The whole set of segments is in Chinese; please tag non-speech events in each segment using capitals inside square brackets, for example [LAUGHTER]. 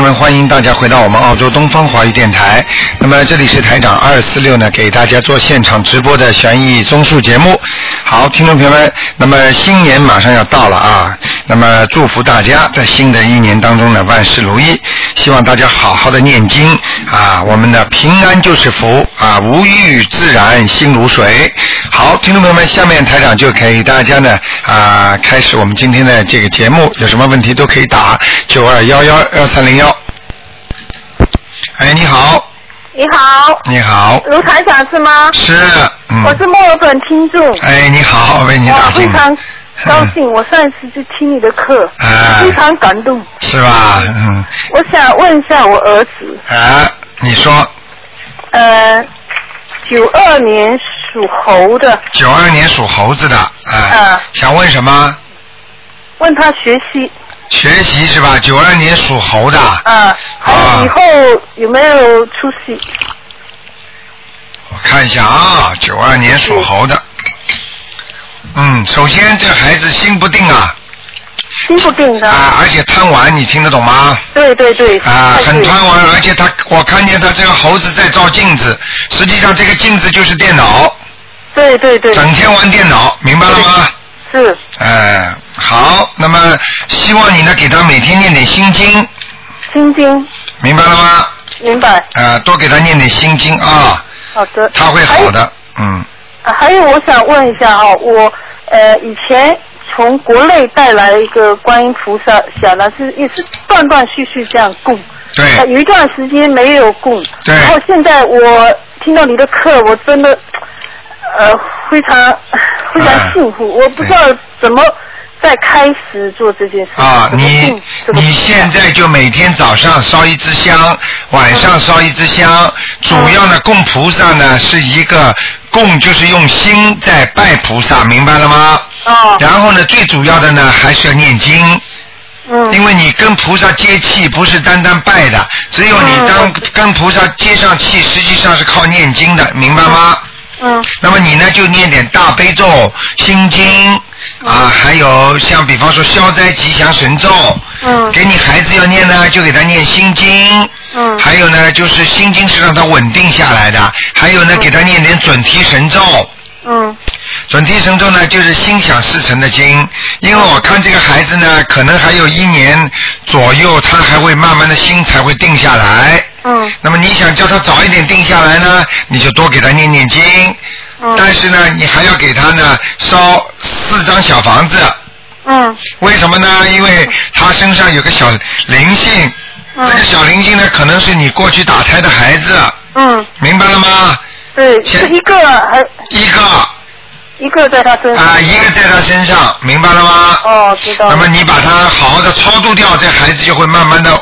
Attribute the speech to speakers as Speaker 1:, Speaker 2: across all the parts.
Speaker 1: 们欢迎大家回到我们澳洲东方华语电台。那么这里是台长二四六呢，给大家做现场直播的悬疑综述节目。好，听众朋友们，那么新年马上要到了啊，那么祝福大家在新的一年当中呢万事如意，希望大家好好的念经啊，我们的平安就是福啊，无欲自然心如水。好，听众朋友们，下面台长就给大家呢啊开始我们今天的这个节目，有什么问题都可以打九二幺幺幺三零幺。哎，你好，
Speaker 2: 你好，
Speaker 1: 你好，
Speaker 2: 卢台长是吗？
Speaker 1: 是，
Speaker 2: 我
Speaker 1: 嗯，
Speaker 2: 是墨尔本听众，
Speaker 1: 哎，你好，为你
Speaker 2: 哇
Speaker 1: 打
Speaker 2: 非
Speaker 1: 听，
Speaker 2: 常高兴，我上一次就听你的课，
Speaker 1: 啊
Speaker 2: 非常感动。
Speaker 1: 是吧？嗯，
Speaker 2: 我想问一下我儿子，
Speaker 1: 啊，你说
Speaker 2: 呃，九二年属猴的，
Speaker 1: 九二年属猴子的，啊
Speaker 2: 啊，
Speaker 1: 想问什么？
Speaker 2: 问他学习，
Speaker 1: 学习是吧？九二年属猴的，
Speaker 2: 啊，还有以后有没有出息？
Speaker 1: 我看一下啊，九二年属猴的。嗯，首先这孩子心不定啊，
Speaker 2: 心不定的，
Speaker 1: 啊，而且贪玩，你听得懂吗？
Speaker 2: 对对对，
Speaker 1: 啊，
Speaker 2: 太
Speaker 1: 很
Speaker 2: 对了
Speaker 1: 贪玩，而且他，我看见他这个猴子在照镜子，实际上这个镜子就是电脑，
Speaker 2: 对对对，
Speaker 1: 整天玩电脑，明白了吗？
Speaker 2: 是
Speaker 1: 哎，好，那么希望你呢给他每天念点心经，
Speaker 2: 心经，
Speaker 1: 明白了吗？
Speaker 2: 明白？
Speaker 1: 啊，多给他念点心经啊，
Speaker 2: 好的，
Speaker 1: 他会
Speaker 2: 还有
Speaker 1: 好的，嗯，
Speaker 2: 啊，还有我想问一下哈、我呃以前从国内带来一个观音菩萨，想呢是一直断断续续这样供，呃
Speaker 1: 对，
Speaker 2: 有一段时间没有供，
Speaker 1: 对
Speaker 2: 然后现在我听到你的课，我真的呃非常
Speaker 1: 哎
Speaker 2: 非常幸福，我不知道怎么再开始做这件事情
Speaker 1: 啊，
Speaker 2: 怎么
Speaker 1: 你
Speaker 2: 供这个
Speaker 1: 你现在就每天早上烧一支香，晚上
Speaker 2: 嗯
Speaker 1: 烧一支香，主要呢供菩萨呢是一个供，就是用心在拜菩萨，明白了吗？
Speaker 2: 哦，
Speaker 1: 然后呢，最主要的呢还是要念经。
Speaker 2: 嗯
Speaker 1: 因为你跟菩萨接气不是单单拜的，只有你当
Speaker 2: 嗯
Speaker 1: 跟菩萨接上气，实际上是靠念经的，明白吗？
Speaker 2: 嗯
Speaker 1: 那么你呢就念点大悲咒、心经啊，还有像比方说消灾吉祥神咒，
Speaker 2: 嗯
Speaker 1: 给你孩子要念呢就给他念心经，
Speaker 2: 嗯
Speaker 1: 还有呢就是心经是让他稳定下来的，还有呢给他念点准提神咒，
Speaker 2: 嗯
Speaker 1: 准提神咒呢，就是心想事成的经，因为我看这个孩子呢，可能还有一年左右，他还会慢慢的心才会定下来。
Speaker 2: 嗯
Speaker 1: 那么你想叫他早一点定下来呢，你就多给他念念经，但
Speaker 2: 嗯
Speaker 1: 是呢，你还要给他呢烧四张小房子，
Speaker 2: 嗯
Speaker 1: 为什么呢？因为他身上有个小灵性，这个小灵性呢，可能是你过去打胎的孩子，
Speaker 2: 嗯，
Speaker 1: 明白了吗？
Speaker 2: 对，是一个还
Speaker 1: 一个啊、
Speaker 2: 一个在他身上。
Speaker 1: 一个在他身上，明白了吗？
Speaker 2: 哦，知道了。
Speaker 1: 哎那么你把它好好的超度掉，这孩子就会慢慢的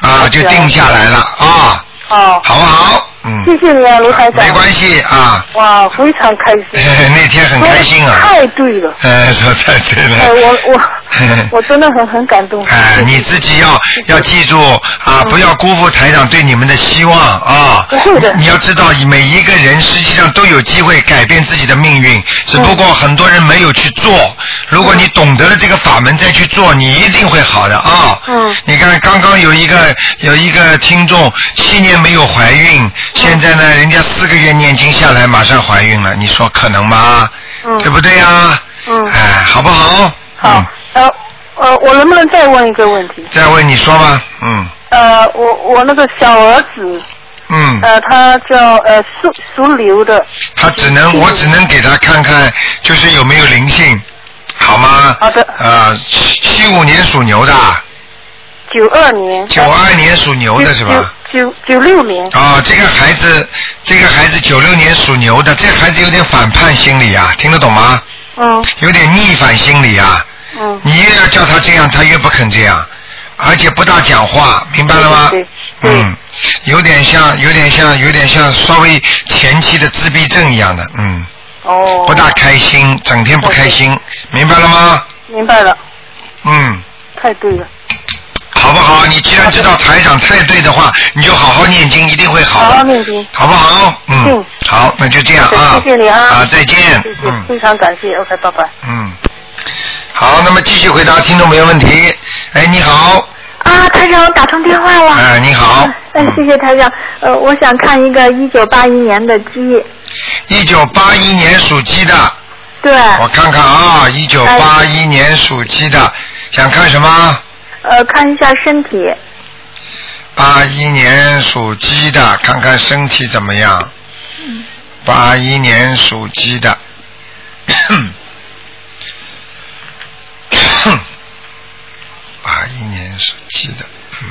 Speaker 1: 啊、就定下来了啊，
Speaker 2: 哦，
Speaker 1: 好不好？
Speaker 2: 谢
Speaker 1: 嗯，
Speaker 2: 谢你啊，卢台长。
Speaker 1: 没关系啊，
Speaker 2: 哇，非常开心。
Speaker 1: [LAUGHS] 那天很开心啊，
Speaker 2: 太对了，
Speaker 1: 呃，说太 [LAUGHS] 对
Speaker 2: 哎，
Speaker 1: 了。
Speaker 2: 我
Speaker 1: [LAUGHS]
Speaker 2: 我我真的很很感动。
Speaker 1: 哎，你自己要
Speaker 2: 嗯
Speaker 1: 要记住啊，不要辜负台长对你们的希望啊！
Speaker 2: 不会的
Speaker 1: 你要知道，每一个人实际上都有机会改变自己的命运，只不过很多人没有去
Speaker 2: 嗯
Speaker 1: 做。如果你懂得了这个法门再去做，你一定会好的啊！
Speaker 2: 嗯
Speaker 1: 你看，刚刚有一个有一个听众七年没有怀
Speaker 2: 嗯
Speaker 1: 孕，现在呢，人家四个月念经下来马上怀孕了，你说可能吗？
Speaker 2: 嗯
Speaker 1: 对不对呀？
Speaker 2: 嗯
Speaker 1: 哎，好不好？
Speaker 2: 好
Speaker 1: 嗯，
Speaker 2: 呃呃，我能不能再问一个问题？
Speaker 1: 再问你说吧，嗯
Speaker 2: 呃，我我那个小儿子，
Speaker 1: 嗯，
Speaker 2: 呃，他叫呃属属牛的，
Speaker 1: 他只
Speaker 2: 嗯
Speaker 1: 能我只能给他看看，就是有没有灵性，好吗？
Speaker 2: 好的
Speaker 1: 呃，七七五年属牛的，
Speaker 2: 九二年。
Speaker 1: 九二年属牛的是吧？？
Speaker 2: 九九九六年。
Speaker 1: 啊、这个孩子，这个孩子九六年属牛的，这孩子有点反叛心理啊，听得懂吗？
Speaker 2: 嗯
Speaker 1: 有点逆反心理啊，
Speaker 2: 嗯。
Speaker 1: 你越要叫他这样，他越不肯这样，而且不大讲话，明白了吗？
Speaker 2: 对对对
Speaker 1: 嗯，有点像，有点像，有点像稍微前期的自闭症一样的，嗯。
Speaker 2: 哦。
Speaker 1: 不大。开心，整天不开心，明白了吗？
Speaker 2: 明白了，
Speaker 1: 嗯，
Speaker 2: 太对了。
Speaker 1: 好不好？你既然知道台长太对的话，你就好好念经，一定会好
Speaker 2: 好好
Speaker 1: 的，
Speaker 2: 念经。
Speaker 1: 好不好？嗯
Speaker 2: 嗯，
Speaker 1: 好，那就这样啊，
Speaker 2: 谢谢你啊
Speaker 1: 啊，再见
Speaker 2: 谢，谢，
Speaker 1: 嗯
Speaker 2: 非常感谢。OK，拜拜。
Speaker 1: 嗯，好，那么继续回答听众朋友问题。哎，你好，
Speaker 2: 啊，台长，我打通电话了。
Speaker 1: 哎，你好。
Speaker 2: 哎，谢谢台长。呃，我想看一个一九八一年的鸡。
Speaker 1: 一九八一年属鸡的，
Speaker 2: 对。
Speaker 1: 我看看啊，一九八一年属鸡的，想看什么？
Speaker 2: 呃，看一下身体。
Speaker 1: 八一年属鸡的，看看身体怎么样。八一年属鸡的。 [COUGHS] 八一年属鸡的，嗯，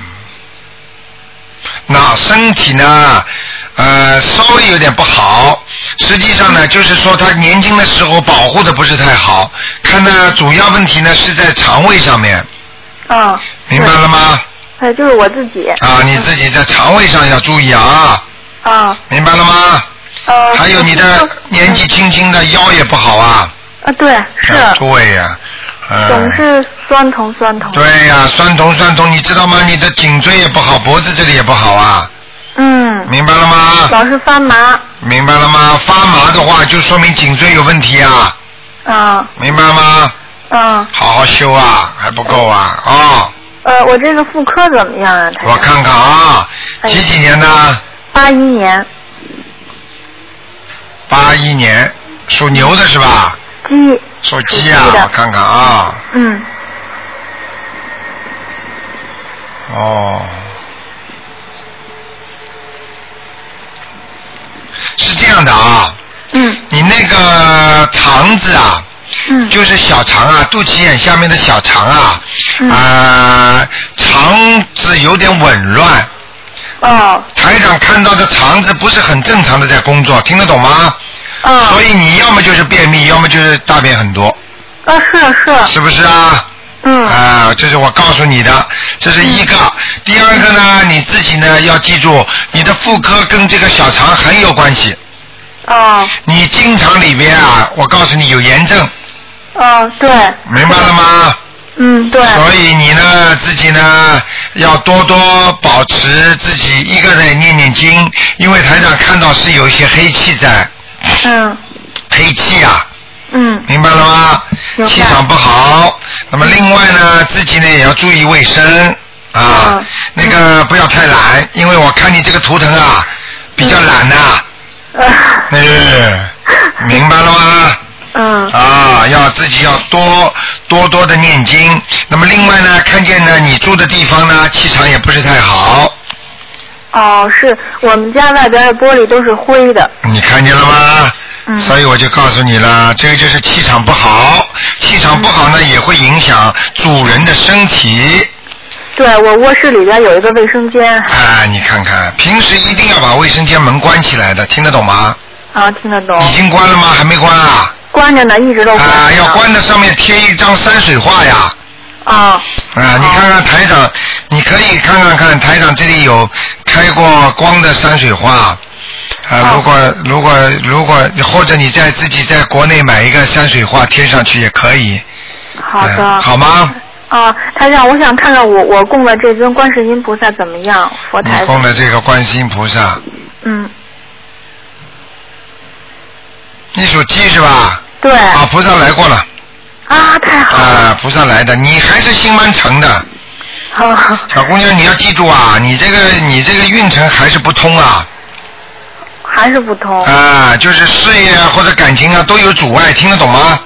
Speaker 1: 那身体呢，呃，稍微有点不好。实际上呢，就是说他年轻的时候保护的不是太好，他呢主要问题呢是在肠胃上面，
Speaker 2: 嗯。
Speaker 1: 明白了吗？
Speaker 2: 呃，就是我自己。
Speaker 1: 啊，你自己在肠胃上要注意啊，
Speaker 2: 啊。
Speaker 1: 明白了吗？
Speaker 2: 呃。
Speaker 1: 还有你的年纪轻轻的腰也不好啊，
Speaker 2: 啊，对，是，
Speaker 1: 啊对呀、嗯。
Speaker 2: 总是酸痛酸痛。
Speaker 1: 对呀、酸痛酸痛，你知道吗？你的颈椎也不好，脖子这里也不好啊，
Speaker 2: 嗯，
Speaker 1: 明白了吗？
Speaker 2: 老是发麻。
Speaker 1: 明白了吗？发麻的话，就说明颈椎有问题啊，
Speaker 2: 啊，
Speaker 1: 明白吗？
Speaker 2: 嗯，
Speaker 1: 好好修啊，还不够啊，哦，
Speaker 2: 呃，我这个妇科怎么样啊？台
Speaker 1: 我看
Speaker 2: 长。
Speaker 1: 看啊，
Speaker 2: 哎
Speaker 1: 几几年的？
Speaker 2: 八一年
Speaker 1: 八一年，属牛的是吧？
Speaker 2: 鸡，
Speaker 1: 属鸡啊
Speaker 2: 属鸡，的
Speaker 1: 我看看啊，
Speaker 2: 嗯，
Speaker 1: 哦，是这样的啊，
Speaker 2: 嗯
Speaker 1: 你那个肠子啊，
Speaker 2: 嗯，
Speaker 1: 就是小肠啊，肚脐眼下面的小肠啊，
Speaker 2: 嗯
Speaker 1: 啊、肠子有点紊乱。
Speaker 2: 哦，
Speaker 1: 台长看到的肠子不是很正常的在工作，听得懂吗？所
Speaker 2: 哦，
Speaker 1: 以你要么就是便秘，要么就是大便很多，
Speaker 2: 啊，是是，
Speaker 1: 是不是啊？
Speaker 2: 嗯，
Speaker 1: 啊，这是我告诉你的，这是一个。第二个呢，你自己呢要记住，你的妇科跟这个小肠很有关系。
Speaker 2: 哦，
Speaker 1: 你经常里边啊，我告诉你有炎症，
Speaker 2: 哦，对，
Speaker 1: 明白了吗？
Speaker 2: 嗯，对，
Speaker 1: 所以你呢，自己呢要多多保持自己一个人念念经，因为台长看到是有一些黑气在，
Speaker 2: 嗯
Speaker 1: 黑气啊，
Speaker 2: 嗯，
Speaker 1: 明白了吗？
Speaker 2: 明白
Speaker 1: 气场不好，那么另外呢，自己呢也要注意卫生啊
Speaker 2: 嗯，
Speaker 1: 那个不要太懒，因为我看你这个图腾啊，比较懒呐、
Speaker 2: 呃，
Speaker 1: 嗯，明白了吗？
Speaker 2: 嗯
Speaker 1: 啊，要自己要多多多的念经。那么另外呢，看见呢你住的地方呢气场也不是太好，
Speaker 2: 哦，是我们家外边的玻璃都是灰的，
Speaker 1: 你看见了吗？
Speaker 2: 嗯
Speaker 1: 所以我就告诉你了，这个就是气场不好，气场不好呢也会影响主人的身体。
Speaker 2: 对我卧室里边有一个卫生间，
Speaker 1: 啊，你看看，平时一定要把卫生间门关起来的，听得懂吗？
Speaker 2: 啊，听得懂，
Speaker 1: 已经关了吗？还没关啊？
Speaker 2: 关着呢，一直都关着
Speaker 1: 啊，
Speaker 2: 呢
Speaker 1: 要关的上面贴一张山水画呀。
Speaker 2: 啊，
Speaker 1: 啊，你看看台长，你可以看看看台长这里有开过光的山水画。啊，
Speaker 2: 哦
Speaker 1: 如果如果如果，或者你在自己在国内买一个山水画贴上去也可以。
Speaker 2: 好的，
Speaker 1: 嗯好吗？
Speaker 2: 啊，台长，我想看看我我供的这尊观世音菩萨怎么样，佛
Speaker 1: 你
Speaker 2: 台上。
Speaker 1: 供的这个观世音菩萨，
Speaker 2: 嗯，
Speaker 1: 你属鸡是吧？
Speaker 2: 对。
Speaker 1: 啊，菩萨来过了。
Speaker 2: 啊，太好了。
Speaker 1: 啊，菩萨来的，你还是心蛮诚的。
Speaker 2: 好、
Speaker 1: 小姑娘，你要记住啊，你这个你这个运程还是不通啊，
Speaker 2: 还是不通。
Speaker 1: 啊，就是事业啊或者感情啊都有阻碍，听得懂吗？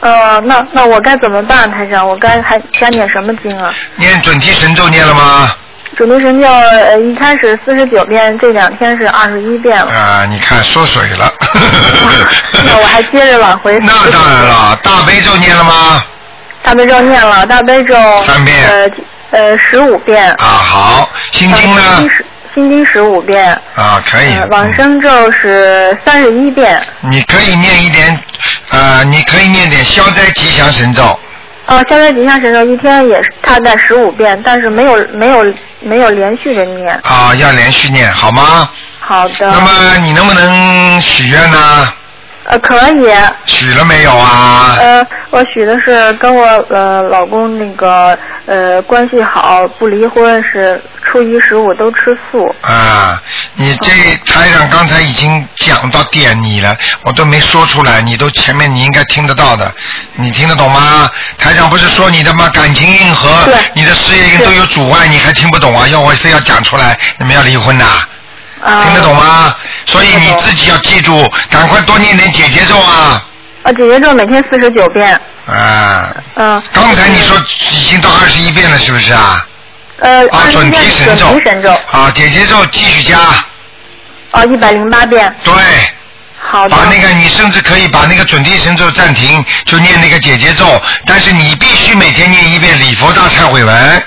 Speaker 2: 呃，那那我该怎么办，台长？我该还该念什么经啊？
Speaker 1: 念准提神咒念了吗？
Speaker 2: 准提神咒呃一开始四十九遍，这两天是二十一遍
Speaker 1: [LAUGHS]
Speaker 2: 了。
Speaker 1: 啊，你看缩水了。
Speaker 2: [LAUGHS] 那我还接着往回。
Speaker 1: 那当然。了，大悲咒念了吗？
Speaker 2: 大悲咒念了，大悲咒。
Speaker 1: 三遍
Speaker 2: 呃呃，十五遍。
Speaker 1: 啊，好，心经
Speaker 2: 呃
Speaker 1: 呢
Speaker 2: 心？十心经十五遍。
Speaker 1: 啊，可以。
Speaker 2: 呃往
Speaker 1: 嗯
Speaker 2: 生咒是三十一遍，
Speaker 1: 你可以念一点，呃，你可以念点消灾吉祥神咒。
Speaker 2: 呃，消灾吉祥神咒一天也是大概十五遍，但是没有没有没有连续的念。
Speaker 1: 啊，要连续念好吗？
Speaker 2: 好的
Speaker 1: 那，么你能不能许愿呢？
Speaker 2: 呃，可以。
Speaker 1: 许了没有啊？
Speaker 2: 呃，我许的是跟我呃老公那个呃关系好，不离婚，是初一十五都吃素。
Speaker 1: 啊，你这台长刚才已经讲到点你了，我都没说出来，你都前面你应该听得到的，你听得懂吗？台长不是说你的吗？感情运和
Speaker 2: 对
Speaker 1: 你的事业运都有阻碍，你还听不懂啊？要我非要讲出来，你们要离婚呐、
Speaker 2: 啊、
Speaker 1: 听得懂？吗？所以
Speaker 2: 听
Speaker 1: 你
Speaker 2: 得懂
Speaker 1: 自己要记住，赶快多念点姐姐咒啊！
Speaker 2: 啊，姐姐咒每天四十九遍。
Speaker 1: 啊，
Speaker 2: 嗯、
Speaker 1: 刚才你说已经到二十一遍了，是不是啊？
Speaker 2: 呃，
Speaker 1: 啊
Speaker 2: 二，十一
Speaker 1: 准
Speaker 2: 遍
Speaker 1: 提神咒
Speaker 2: 准提神咒，，
Speaker 1: 啊，姐姐咒继续加，
Speaker 2: 哦，一百零八遍。
Speaker 1: 对，
Speaker 2: 好的。
Speaker 1: 把那个你甚至可以把那个准提神咒暂停，就念那个姐姐咒，但是你必须每天念一遍礼佛大忏悔文，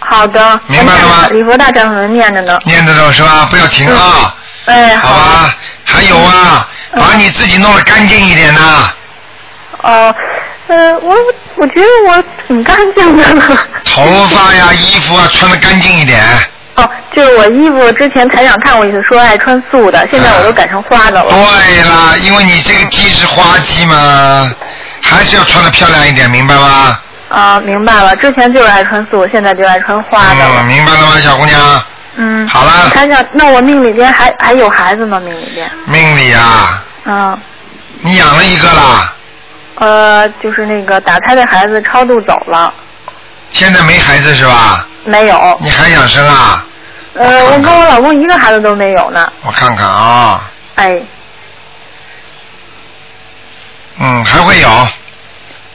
Speaker 2: 好的。哎
Speaker 1: 明白了吗
Speaker 2: 我念礼佛大忏悔文念着呢。
Speaker 1: 念得到是吧？不要停啊，
Speaker 2: 哎，
Speaker 1: 好
Speaker 2: 的
Speaker 1: 吧？还有啊，
Speaker 2: 嗯
Speaker 1: 把你自己弄得干净一点呐、
Speaker 2: 哦，呃，我我觉得我挺干净的了。 [LAUGHS]
Speaker 1: 头发呀、衣服啊穿得干净一点。
Speaker 2: 哦，就是我衣服之前台长看过一次，说爱穿素的，现在
Speaker 1: 啊
Speaker 2: 我都改成花的了。
Speaker 1: 对啦，因为你这个鸡是花鸡嘛，还是要穿得漂亮一点，明白吗？
Speaker 2: 啊，明白了，之前就是爱穿素，现在就爱穿花的
Speaker 1: 嗯，
Speaker 2: 了。
Speaker 1: 明白了吗，小姑娘？
Speaker 2: 嗯，
Speaker 1: 好了
Speaker 2: 台长，那我命里边还还有孩子吗？命里边？
Speaker 1: 命里啊，
Speaker 2: 嗯，
Speaker 1: 你养了一个啦，
Speaker 2: 呃，就是那个打胎的孩子超度走了，
Speaker 1: 现在没孩子是吧？
Speaker 2: 没有。
Speaker 1: 你还想生啊？
Speaker 2: 呃，我跟我老公一个孩子都没有呢。
Speaker 1: 我看看啊，
Speaker 2: 哎，
Speaker 1: 嗯，还会有，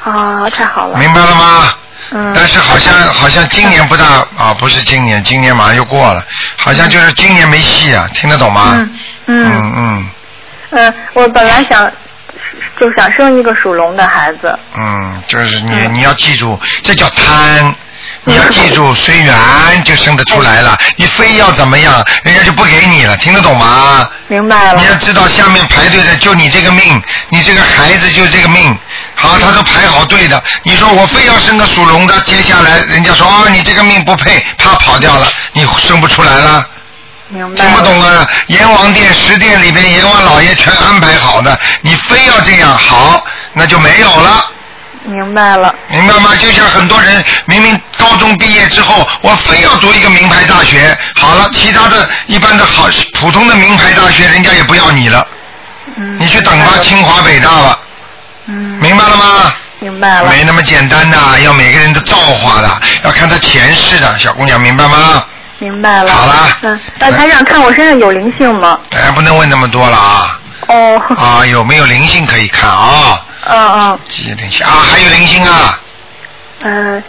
Speaker 2: 啊，太好了。
Speaker 1: 明白了吗？
Speaker 2: 嗯。
Speaker 1: 但是好像好像今年不大啊，不是今年，今年马上又过了，好像就是今年没戏啊，听得懂吗？
Speaker 2: 嗯嗯
Speaker 1: 嗯嗯
Speaker 2: 嗯，我本来想就想生一个属龙的孩子。
Speaker 1: 嗯，就是你、
Speaker 2: 嗯
Speaker 1: 你要记住，这叫贪。你要记
Speaker 2: [LAUGHS]
Speaker 1: 住，随缘就生得出来了。你非要怎么样，人家就不给你了，听得懂吗？
Speaker 2: 明白了
Speaker 1: 你。要知道，下面排队的就你这个命，你这个孩子就这个命。好，他都排好队的。你说我非要生个属龙的，接下来人家说哦，你这个命不配，怕跑掉了，你生不出来了。
Speaker 2: 明白
Speaker 1: 听
Speaker 2: 了。
Speaker 1: 不懂啊！阎王殿、十殿里边，阎王老爷全安排好的，你非要这样，好，那就没有了。
Speaker 2: 明白了。
Speaker 1: 明白吗？就像很多人明明高中毕业之后，我非要读一个名牌大学，好了，其他的一般的好普通的名牌大学，人家也不要你了，
Speaker 2: 嗯。
Speaker 1: 你去等吧，清华北大吧，
Speaker 2: 嗯。
Speaker 1: 明白了吗？
Speaker 2: 明白了。
Speaker 1: 没那么简单的，要每个人的造化的，要看他前世的，小姑娘明白吗？
Speaker 2: 明白了。
Speaker 1: 好了
Speaker 2: 嗯，那台长看我身上有灵性吗？
Speaker 1: 大哎家不能问那么多了啊！
Speaker 2: 哦。
Speaker 1: 啊，有没有灵性可以看啊？
Speaker 2: 嗯
Speaker 1: 几个灵性啊？还有灵性啊？
Speaker 2: 嗯嗯，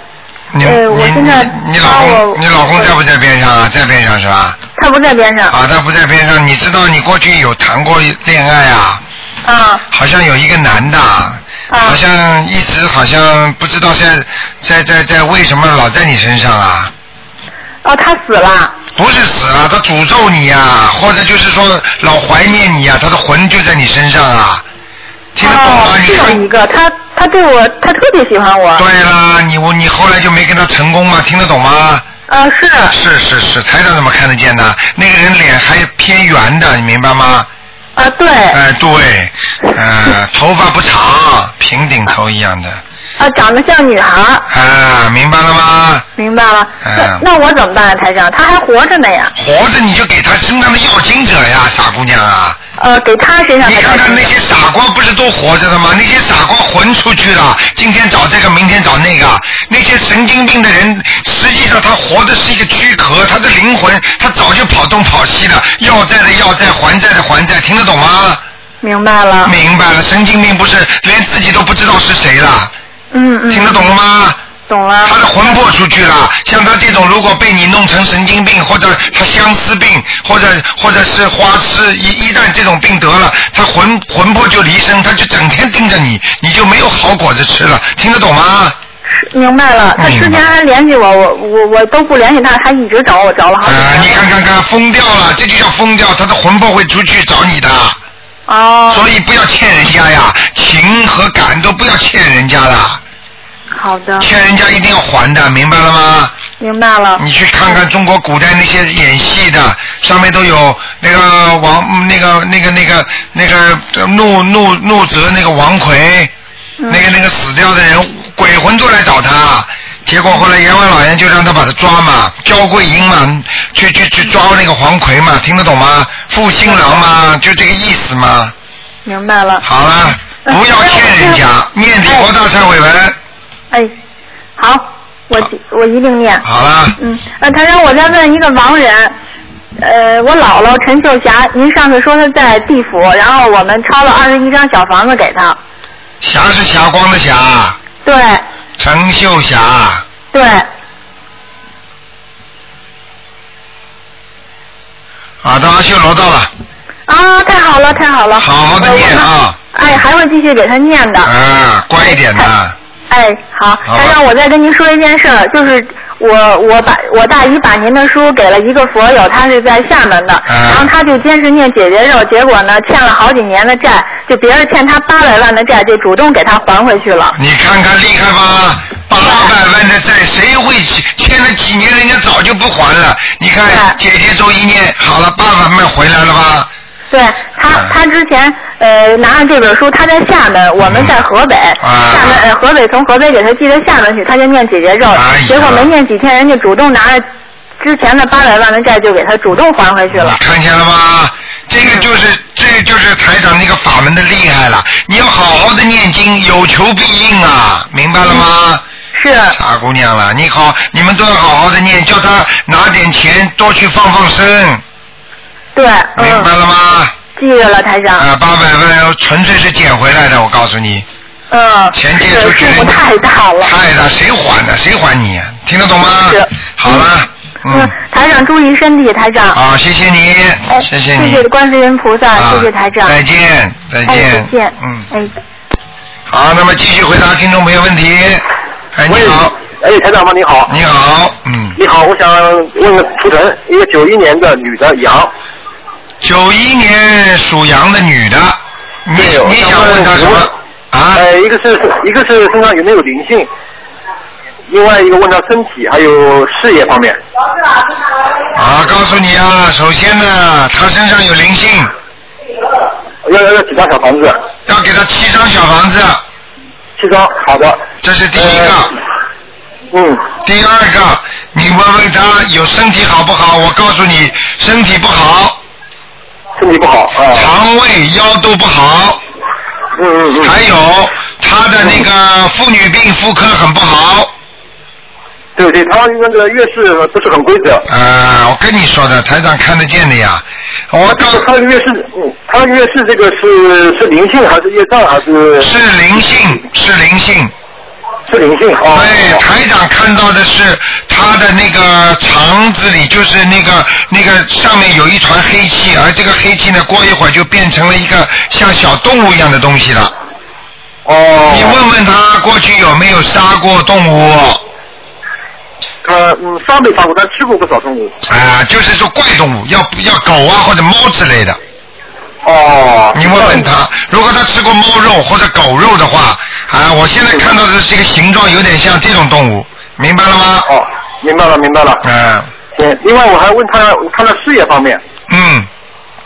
Speaker 1: 你
Speaker 2: 呃我
Speaker 1: 你
Speaker 2: 现在
Speaker 1: 你你老
Speaker 2: 帮
Speaker 1: 公
Speaker 2: 我
Speaker 1: 你老公在不在边上啊？在边上是吧？
Speaker 2: 他不在边上。
Speaker 1: 啊，他不在边上。你知道你过去有谈过恋爱啊？
Speaker 2: 啊
Speaker 1: 好像有一个男的啊，
Speaker 2: 啊
Speaker 1: 好像一直好像不知道在在在在为什么老在你身上啊？
Speaker 2: 哦，他死了。
Speaker 1: 不是死了，他诅咒你呀、或者就是说老怀念你啊呀、他的魂就在你身上啊，听得懂吗？
Speaker 2: 哦，
Speaker 1: 你
Speaker 2: 是有一
Speaker 1: 看，
Speaker 2: 个，他他对我，他特别喜欢我。
Speaker 1: 对啦，你我你后来就没跟他成功嘛，听得懂吗？
Speaker 2: 啊，是。
Speaker 1: 是是是，台长怎么看得见呢？那个人脸还偏圆的，你明白吗？
Speaker 2: 啊，对。
Speaker 1: 哎，对，呃，头发不长，平顶头一样的，
Speaker 2: 啊，长得像女孩儿。
Speaker 1: 啊，明白了吗？
Speaker 2: 明白了，
Speaker 1: 嗯
Speaker 2: 那那我怎么办啊，台长？他还活着呢呀，
Speaker 1: 活着你就给他身上的要经者呀，傻姑娘啊！
Speaker 2: 呃，给他身上
Speaker 1: 你
Speaker 2: 的
Speaker 1: 看看
Speaker 2: 东
Speaker 1: 那
Speaker 2: 西
Speaker 1: 些傻瓜不是都活着的吗？那些傻瓜混出去了，今天找这个，明天找那个。那些神经病的人，实际上他活的是一个躯壳，他的灵魂他早就跑东跑西了，要债的要债，还债的还债，听得懂吗？
Speaker 2: 明白了，
Speaker 1: 明白了，神经病不是连自己都不知道是谁了，
Speaker 2: 嗯嗯，
Speaker 1: 听得懂了吗？
Speaker 2: 懂了，
Speaker 1: 他的魂魄出去了。像他这种，如果被你弄成神经病，或者他相思病，或者或者是花痴，一一旦这种病得了，他魂魂魄就离身，他就整天盯着你，你就没有好果子吃了。听得懂吗？
Speaker 2: 是明白了。他之
Speaker 1: 明白
Speaker 2: 前还联系我，我我我都不联系他，他一直找我，找了
Speaker 1: 啊、
Speaker 2: 好几
Speaker 1: 你
Speaker 2: 年
Speaker 1: 看
Speaker 2: 了。
Speaker 1: 看看，疯掉了，这就叫疯掉，他的魂魄会出去找你的。
Speaker 2: 哦，
Speaker 1: 所以不要欠人家呀，情和感都不要欠人家的。
Speaker 2: 好的，
Speaker 1: 欠人家一定要还的，明白了吗？
Speaker 2: 明白了。
Speaker 1: 你去看看中国古代那些演戏的，上面都有那个王那个那个那个那个呃怒怒怒责那个王奎，
Speaker 2: 嗯
Speaker 1: 那个那个死掉的人，鬼魂都来找他。结果后来阎王老爷就让他把他抓嘛，焦桂英嘛，去去去抓那个黄奎嘛，听得懂吗？负心郎嘛，就这个意思嘛。
Speaker 2: 明白了。
Speaker 1: 好了，
Speaker 2: 嗯
Speaker 1: 不要欠人家，念礼佛大忏悔文。
Speaker 2: 哎，好，我我一定念。
Speaker 1: 好了，
Speaker 2: 嗯，呃，台长，我再问一个盲人，呃，我姥姥陈秀霞，您上次说她在地府，然后我们抄了二十一张小房子给她。
Speaker 1: 霞是霞光的霞，
Speaker 2: 对
Speaker 1: 陈秀霞，
Speaker 2: 对，
Speaker 1: 啊，到阿修罗到了，
Speaker 2: 啊，太好了，太好了。
Speaker 1: 好好地
Speaker 2: 呃
Speaker 1: 念啊。
Speaker 2: 我们哎，还会继续给她念的。
Speaker 1: 啊，乖一点的，
Speaker 2: 哎，好，
Speaker 1: 好吧
Speaker 2: 台长，我再跟您说一件事儿，就是我我把我大姨把您的书给了一个佛友，他是在厦门的，
Speaker 1: 嗯
Speaker 2: 然后他就坚持念姐姐咒，结果呢欠了好几年的债，就别人欠他八百万的债，就主动给他还回去了。
Speaker 1: 你看看厉害吧？啊八百万
Speaker 2: 啊
Speaker 1: 的债谁会欠？欠了几年，人家早就不还了。你
Speaker 2: 啊
Speaker 1: 看，姐姐周一念好了，八百万回来了吧？
Speaker 2: 对他
Speaker 1: 嗯，
Speaker 2: 他之前呃拿着这本书，他在厦门，我们在河北，
Speaker 1: 啊
Speaker 2: 厦门呃河北从河北给他寄到厦门去，他就念姐姐咒
Speaker 1: 哎呀，
Speaker 2: 结果没念几天，人家主动拿着之前的八百万的债就给他主动还回去了
Speaker 1: 你。看见了吗？这个就是，这个就是台长那个法门的厉害了。你要好好的念经，有求必应啊，明白了吗？
Speaker 2: 是，
Speaker 1: 傻姑娘了，你好，你们都要好好的念，叫她拿点钱多去放放生，
Speaker 2: 对，嗯。
Speaker 1: 明白了吗？
Speaker 2: 记着了，台长。
Speaker 1: 啊，八百万纯粹是捡回来的，我告诉你，
Speaker 2: 嗯，
Speaker 1: 钱借
Speaker 2: 这
Speaker 1: 出
Speaker 2: 个
Speaker 1: 去
Speaker 2: 数目太大了。
Speaker 1: 太大，谁还的？谁还你？啊听得懂吗
Speaker 2: 是？
Speaker 1: 好了，嗯，，
Speaker 2: 台长注意身体，台长。
Speaker 1: 好，谢谢你
Speaker 2: 哎，，
Speaker 1: 谢谢
Speaker 2: 谢
Speaker 1: 你，
Speaker 2: 谢观世音菩萨，
Speaker 1: 啊
Speaker 2: 谢谢台长。
Speaker 1: 再见，再
Speaker 2: 哎，再
Speaker 1: 见，
Speaker 2: 见。
Speaker 1: 嗯，
Speaker 2: 哎。
Speaker 1: 好，那么继续回答听众朋友问题。哎，你好，
Speaker 3: 喂。哎，台长吗？你好。
Speaker 1: 你好，嗯，
Speaker 3: 你好，我想问个图腾，一个九一年的女的羊。
Speaker 1: 九一年属羊的女的，你
Speaker 3: 对我
Speaker 1: 你
Speaker 3: 想
Speaker 1: 想问她什么
Speaker 3: 问
Speaker 1: 啊？
Speaker 2: 哎
Speaker 3: 呃，一个是一个是身上有没有灵性，另外一个问她身体还有事业方面。
Speaker 1: 啊，告诉你啊，首先呢，她身上有灵性，
Speaker 3: 要要要几张小房子？
Speaker 1: 要给她七张小房子，
Speaker 3: 七张，好的。呃
Speaker 1: 这是第一个。
Speaker 2: 呃
Speaker 3: 嗯，
Speaker 1: 第二个，你问问她有身体好不好？我告诉你，身体不好，
Speaker 3: 身体不好啊。
Speaker 1: 肠胃、腰都不好，
Speaker 3: 嗯嗯嗯。
Speaker 1: 还有她的那个妇女病、妇科很不好。
Speaker 3: 对对，她那个月事不是很规则。
Speaker 1: 啊，我跟你说的，台长看得见的呀。我告
Speaker 3: 她的月事，嗯，她的月事这个是是灵性还是业障还是
Speaker 1: 是灵性，是灵性。
Speaker 3: 是灵性啊？
Speaker 1: 对，台长看到的是他的那个肠子里，就是那个那个上面有一团黑气，而这个黑气呢，过一会儿就变成了一个像小动物一样的东西了。
Speaker 3: 哦。
Speaker 1: 你问问他过去有没有杀过动物？
Speaker 3: 呃，嗯，上没杀过，但吃过不少动物。
Speaker 1: 啊，就是说怪动物，要要狗啊或者猫之类的。
Speaker 3: 哦
Speaker 1: 你问问他，如果他吃过猫肉或者狗肉的话，啊，我现在看到的这个形状有点像这种动物，明白了吗？
Speaker 3: 哦，明白了，明白了。
Speaker 1: 嗯
Speaker 3: 行，另外我还问他，我看他事业方面，
Speaker 1: 嗯，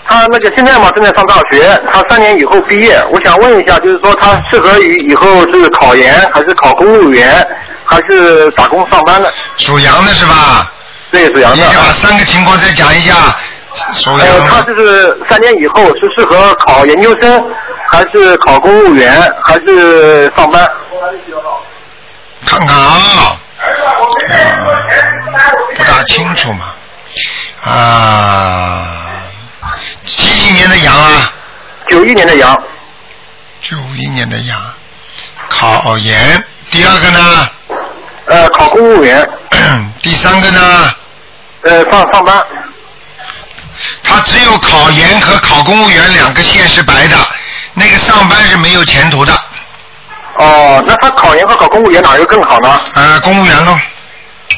Speaker 3: 他那个现在嘛正在上大学，他三年以后毕业，我想问一下，就是说他适合于以后是考研，还是考公务员，还是打工上班呢？
Speaker 1: 属羊的是吧？
Speaker 3: 这也是杨
Speaker 1: 你
Speaker 3: 的。
Speaker 1: 得把三个情况再讲一下。属羊
Speaker 3: 呃，他
Speaker 1: 的，
Speaker 3: 就是三年以后是适合考研究生，还是考公务员，还是上班？
Speaker 1: 看看啊，不大清楚嘛。啊，几几年的羊啊？
Speaker 3: 九一年的羊，
Speaker 1: 九一年的羊，考研。第二个呢？ [CLEARS THROAT]
Speaker 3: 呃，考公务员，
Speaker 1: 第三个呢？
Speaker 3: 呃，上上班。
Speaker 1: 他只有考研和考公务员两个线是白的，那个上班是没有前途的。
Speaker 3: 哦，那他考研和考公务员哪一个更好呢？
Speaker 1: 呃，公务员喽。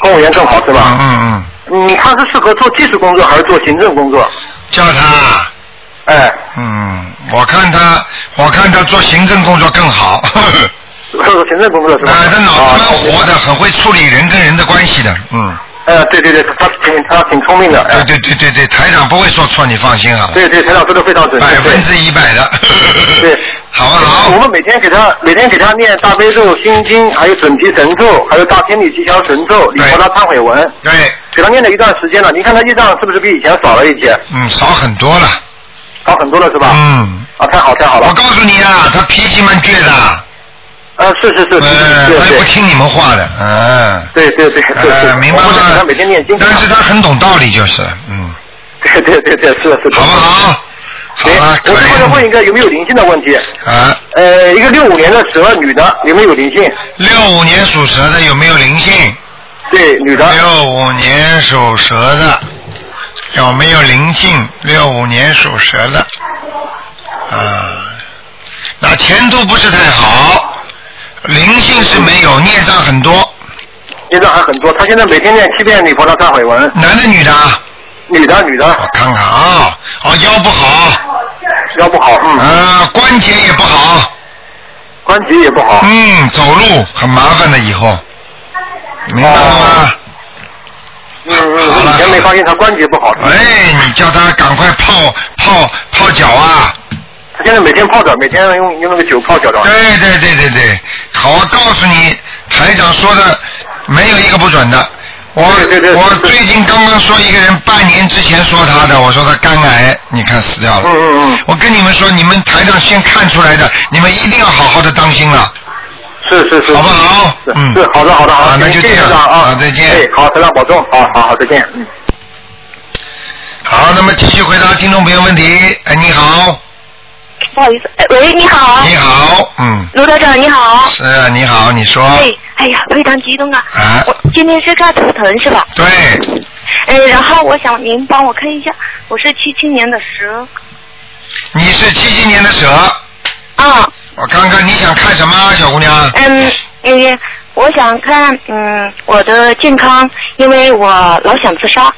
Speaker 3: 公务员更好是
Speaker 1: 嗯
Speaker 3: 吧？
Speaker 1: 嗯嗯，
Speaker 3: 嗯，他是适合做技术工作还是做行政工作？
Speaker 1: 叫他。
Speaker 3: 哎，
Speaker 1: 嗯，我看他，我看他做行政工作更好。 [LAUGHS]
Speaker 3: 是行政工作是吧？
Speaker 1: 啊，他脑子蛮
Speaker 3: 啊
Speaker 1: 活的，很会处理人跟人的关系的，嗯，
Speaker 3: 呃，对对对，他挺他挺聪明的，哎
Speaker 1: 对对对对对，台长不会说错，你放心好了，
Speaker 3: 对对，台长说的非常准，
Speaker 1: 百
Speaker 3: 对
Speaker 1: 分之一百的，
Speaker 3: 对
Speaker 1: [LAUGHS] 好不
Speaker 3: 我
Speaker 1: 好？
Speaker 3: 们每天给他每天给他念大悲咒、心经，还有准提神咒，还有大天女吉祥神咒、礼佛大忏悔文，
Speaker 1: 对，
Speaker 3: 给他念了一段时间了。您看他业障是不是比以前少了一些？
Speaker 1: 嗯，少很多了，
Speaker 3: 少很多了是吧？
Speaker 1: 嗯，
Speaker 3: 啊，太好太好
Speaker 1: 我
Speaker 3: 了。
Speaker 1: 告诉你啊，他脾气蛮倔的，
Speaker 3: 呃，是是是，对
Speaker 1: 嗯，他也不
Speaker 3: 对
Speaker 1: 听你们话的，嗯。
Speaker 3: 对对对对
Speaker 1: 呃，
Speaker 3: 对，
Speaker 1: 明白
Speaker 3: 我们给他
Speaker 1: 吗
Speaker 3: 每天念经？，
Speaker 1: 但是他很懂道理，就是，嗯，
Speaker 3: 对对对对，是的是 [LAUGHS] 的。
Speaker 1: 好不好？好
Speaker 3: 行，
Speaker 1: 了，可
Speaker 3: 我最后再问一
Speaker 1: 以。
Speaker 3: 个有没有灵性的问题？
Speaker 1: 啊，
Speaker 3: 呃，一个六五年的蛇女的有没有灵性？
Speaker 1: 六五年属蛇的有没有灵性？
Speaker 3: 对，女的。
Speaker 1: 六五年属蛇的有没有灵性？六五年属蛇的，啊，那前途不是太好，灵性是没有，孽障很多。
Speaker 3: 业障还很多，她现在每天念七遍礼佛大忏悔文，
Speaker 1: [LAUGHS] 男的女的啊？
Speaker 3: 女的女
Speaker 1: 我
Speaker 3: 的
Speaker 1: 看看啊，哦腰不好，
Speaker 3: 腰不好，嗯，
Speaker 1: 啊关节也不好，
Speaker 3: 关节也不好，
Speaker 1: 嗯，走路很麻烦的以后，明白了
Speaker 3: 哦
Speaker 1: 吗？
Speaker 3: 嗯嗯，我以前没发现她关节不好，
Speaker 1: 哎，你叫他赶快泡泡泡脚啊！
Speaker 3: 她现在每天泡澡，每天用用那个酒泡脚的，
Speaker 1: 对对对对对，好，我告诉你，台长说的没有一个不准的。我
Speaker 3: 对对对
Speaker 1: 我最近刚刚说一个人半年之前说他的，我说他肝癌，你看死掉
Speaker 3: 嗯
Speaker 1: 了。
Speaker 3: 嗯嗯，
Speaker 1: 我跟你们说，你们台长先看出来的，你们一定要好好的当心了。
Speaker 3: 是是是，
Speaker 1: 好不好
Speaker 3: 是
Speaker 1: 嗯
Speaker 3: 是好的好的好
Speaker 1: 啊
Speaker 3: 的，
Speaker 1: 那就
Speaker 3: 谢谢
Speaker 1: 这样
Speaker 3: 台长
Speaker 1: 啊
Speaker 3: 啊，
Speaker 1: 再见
Speaker 3: 哎，好，台长保重，好好好，再见，嗯。
Speaker 1: 好，那么继续回答听众朋友问题。哎，你好，
Speaker 4: 不好意思，哎喂，你好，
Speaker 1: 你好，嗯，
Speaker 4: 卢台长，你好。
Speaker 1: 是啊你好，你说，
Speaker 4: 哎，哎呀，非常激动啊！
Speaker 1: 啊
Speaker 4: 我今天是看图腾是吧？
Speaker 1: 对，
Speaker 4: 哎，然后我想您帮我看一下，我是七七年的蛇。
Speaker 1: 你是七七年的蛇，
Speaker 4: 啊，
Speaker 1: 我看看你想看什么啊，小姑娘？
Speaker 4: 嗯，嗯，我想看嗯我的健康，因为我老想自杀。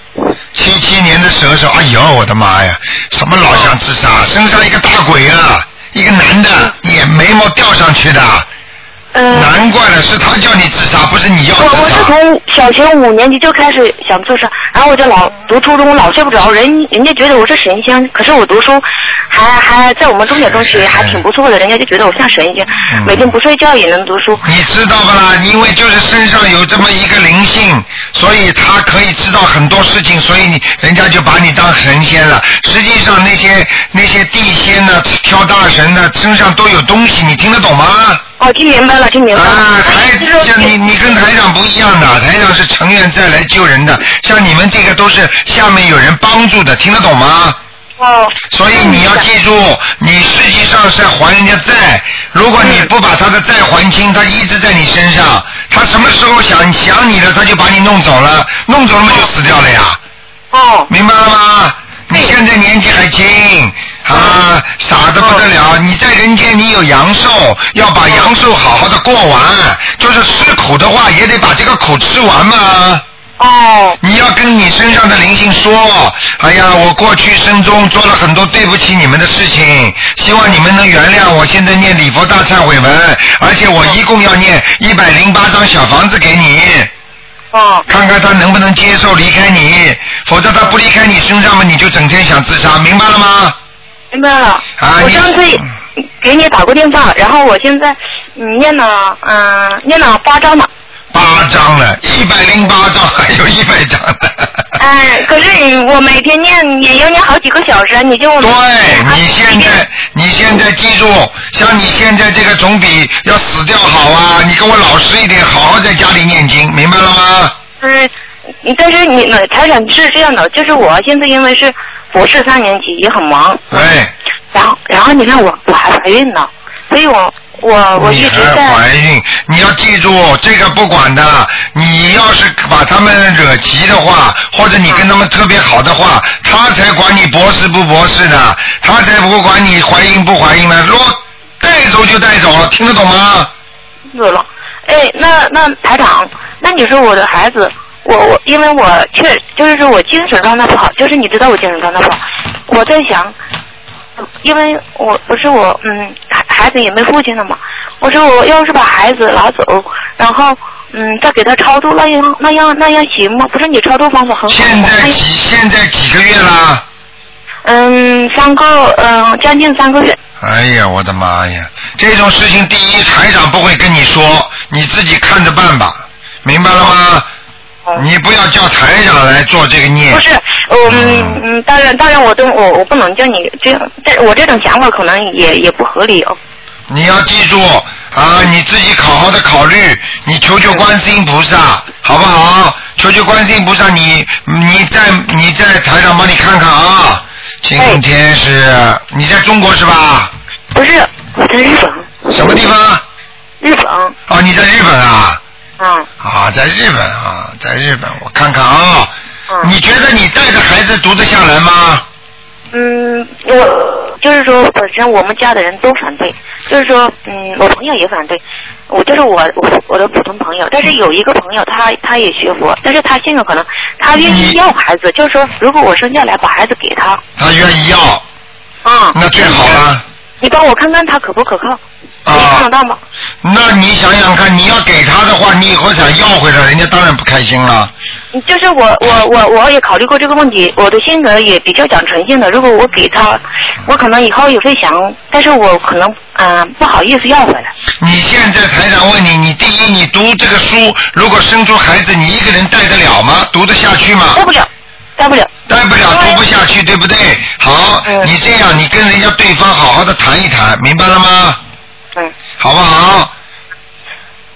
Speaker 1: 七七年的蛇说：“哎呦，我的妈呀，什么老想自
Speaker 4: 嗯
Speaker 1: 杀，身上一个大鬼啊，一个男的，眼眉毛掉上去的，
Speaker 4: 嗯、
Speaker 1: 难怪了，是他叫你自杀，不是你要
Speaker 4: 我我
Speaker 1: 自
Speaker 4: 是
Speaker 1: 杀。
Speaker 4: 从小学五年级就开始想自杀，然后我就老读初中，老睡不着，人人家觉得我是神仙，可是我读书还还在我们中学中学还挺不错的，人家就觉得我像神仙，
Speaker 1: 嗯
Speaker 4: 每天不睡觉也能读书。
Speaker 1: 你知道不啦？因为就是身上有这么一个灵性，所以他可以知道很多事情，所以你人家就把你当神仙了。实际上那些那些地仙呢、跳大神呢，身上都有东西，你听得懂吗？
Speaker 4: 哦，听明白了，听明白了。
Speaker 1: 啊，台
Speaker 4: 就是
Speaker 1: 像
Speaker 4: [LAUGHS]
Speaker 1: 你你跟台长不一样的，台长是成员再来救人的，像你们这个都是下面有人帮助的，听得懂吗？
Speaker 4: 哦，
Speaker 1: 所以你要记住，你实际上是在还人家债。如果你不把他的债还清，他一直在你身上。他什么时候想想你了，他就把你弄走了，弄走了嘛就死掉了呀。
Speaker 4: 哦，
Speaker 1: 明白了吗？你现在年纪还轻啊，傻的不得了。你在人间你有阳寿，要把阳寿好好的过完。就是吃苦的话，也得把这个苦吃完嘛。
Speaker 4: 哦，
Speaker 1: 你要跟你身上的灵性说，哎呀，我过去生中做了很多对不起你们的事情，希望你们能原谅我。现在念礼佛大忏悔文，而且我一共要念一百零八张小房子给你。
Speaker 4: 哦，
Speaker 1: 看看他能不能接受离开你，否则他不离开你身上嘛，你就整天想自杀，明白了吗？
Speaker 4: 明白了。
Speaker 1: 啊
Speaker 4: 我
Speaker 1: 你嗯
Speaker 4: 上次给你打过电话，然后我现在嗯念了嗯、念了八章嘛。
Speaker 1: 八张了，一百零八张，还有一百张了。
Speaker 4: 哎，可是我每天念也要念好几个小时，啊你就
Speaker 1: 对你现在，你现在记住，像你现在这个总比要死掉好啊！你跟我老实一点，好好在家里念经，明白了吗？
Speaker 4: 嗯，但是你呢，财产是这样的，就是我现在因为是博士三年级，也很忙，
Speaker 1: 哎，
Speaker 4: 然后然后你看我我还怀孕呢，所以我我我
Speaker 1: 你
Speaker 4: 一直
Speaker 1: 还
Speaker 4: 在
Speaker 1: 怀孕，你要记住这个不管的。你要是把他们惹急的话，或者你跟他们特别好的话，他才管你博士不博士呢，他才不管你怀孕不怀孕呢。若带走就带走了，听得懂吗？
Speaker 4: 死了。哎，那那台长，那你说我的孩子，我我因为我确就是说我精神状态不好，就是你知道我精神状态不好，我在想，因为我不是我嗯孩孩子也没父亲了嘛，我说我要是把孩子拿走，然后嗯再给他超度，那样那样那样行吗？不是你超度方法很好吗？哎
Speaker 1: 现
Speaker 4: 那
Speaker 1: 在
Speaker 4: 样
Speaker 1: 几现在几个月啦？
Speaker 4: 嗯三个嗯将近三个月，
Speaker 1: 哎呀，我的妈呀！这种事情，第一台长不会跟你说，你自己看着办吧，明白了吗？你不要叫台长来做这个孽
Speaker 4: 不。是，嗯
Speaker 1: 哦
Speaker 4: 嗯，当然当然我都我我不能叫你这样，这我这种想法可能也也不合理哦。
Speaker 1: 你要记住啊，你自己好好的考虑，你求求观世音菩萨，好不好？求求观世音菩萨，你你在你在台上帮你看看啊。今天是你在中国是吧？
Speaker 4: 不是，我在日本，
Speaker 1: 什么地方？
Speaker 4: 日本，
Speaker 1: 哦，你在日本啊？
Speaker 4: 嗯
Speaker 1: 啊，在日本啊，在日本，我看看啊。
Speaker 4: 嗯。
Speaker 1: 你觉得你带着孩子读得下来吗？
Speaker 4: 嗯，我就是说，本身我们家的人都反对，就是说，嗯，我朋友也反对，我就是我我我的普通朋友，但是有一个朋友他他也学佛，但是他现在可能他愿意要孩子，就是说，如果我生下来把孩子给他，
Speaker 1: 他愿意要，
Speaker 4: 嗯，
Speaker 1: 那最好了。
Speaker 4: 你帮我看看他可不可靠，你看得
Speaker 1: 啊，
Speaker 4: 到吗？
Speaker 1: 那你想想看，你要给他的话，你以后想要回来，人家当然不开心了。
Speaker 4: 就是我我我我也考虑过这个问题，我的性格也比较讲诚信的。如果我给他，我可能以后也会想，但是我可能嗯、呃不好意思要回来。
Speaker 1: 你现在台长问你，你第一，你读这个书，如果生出孩子，你一个人带得了吗？读得下去吗
Speaker 4: 带？不了，带不了。
Speaker 1: 带不了，读不下去，对不对？好，
Speaker 4: 嗯
Speaker 1: 你这样，你跟人家对方好好的谈一谈，明白了吗？
Speaker 4: 嗯，
Speaker 1: 好不好？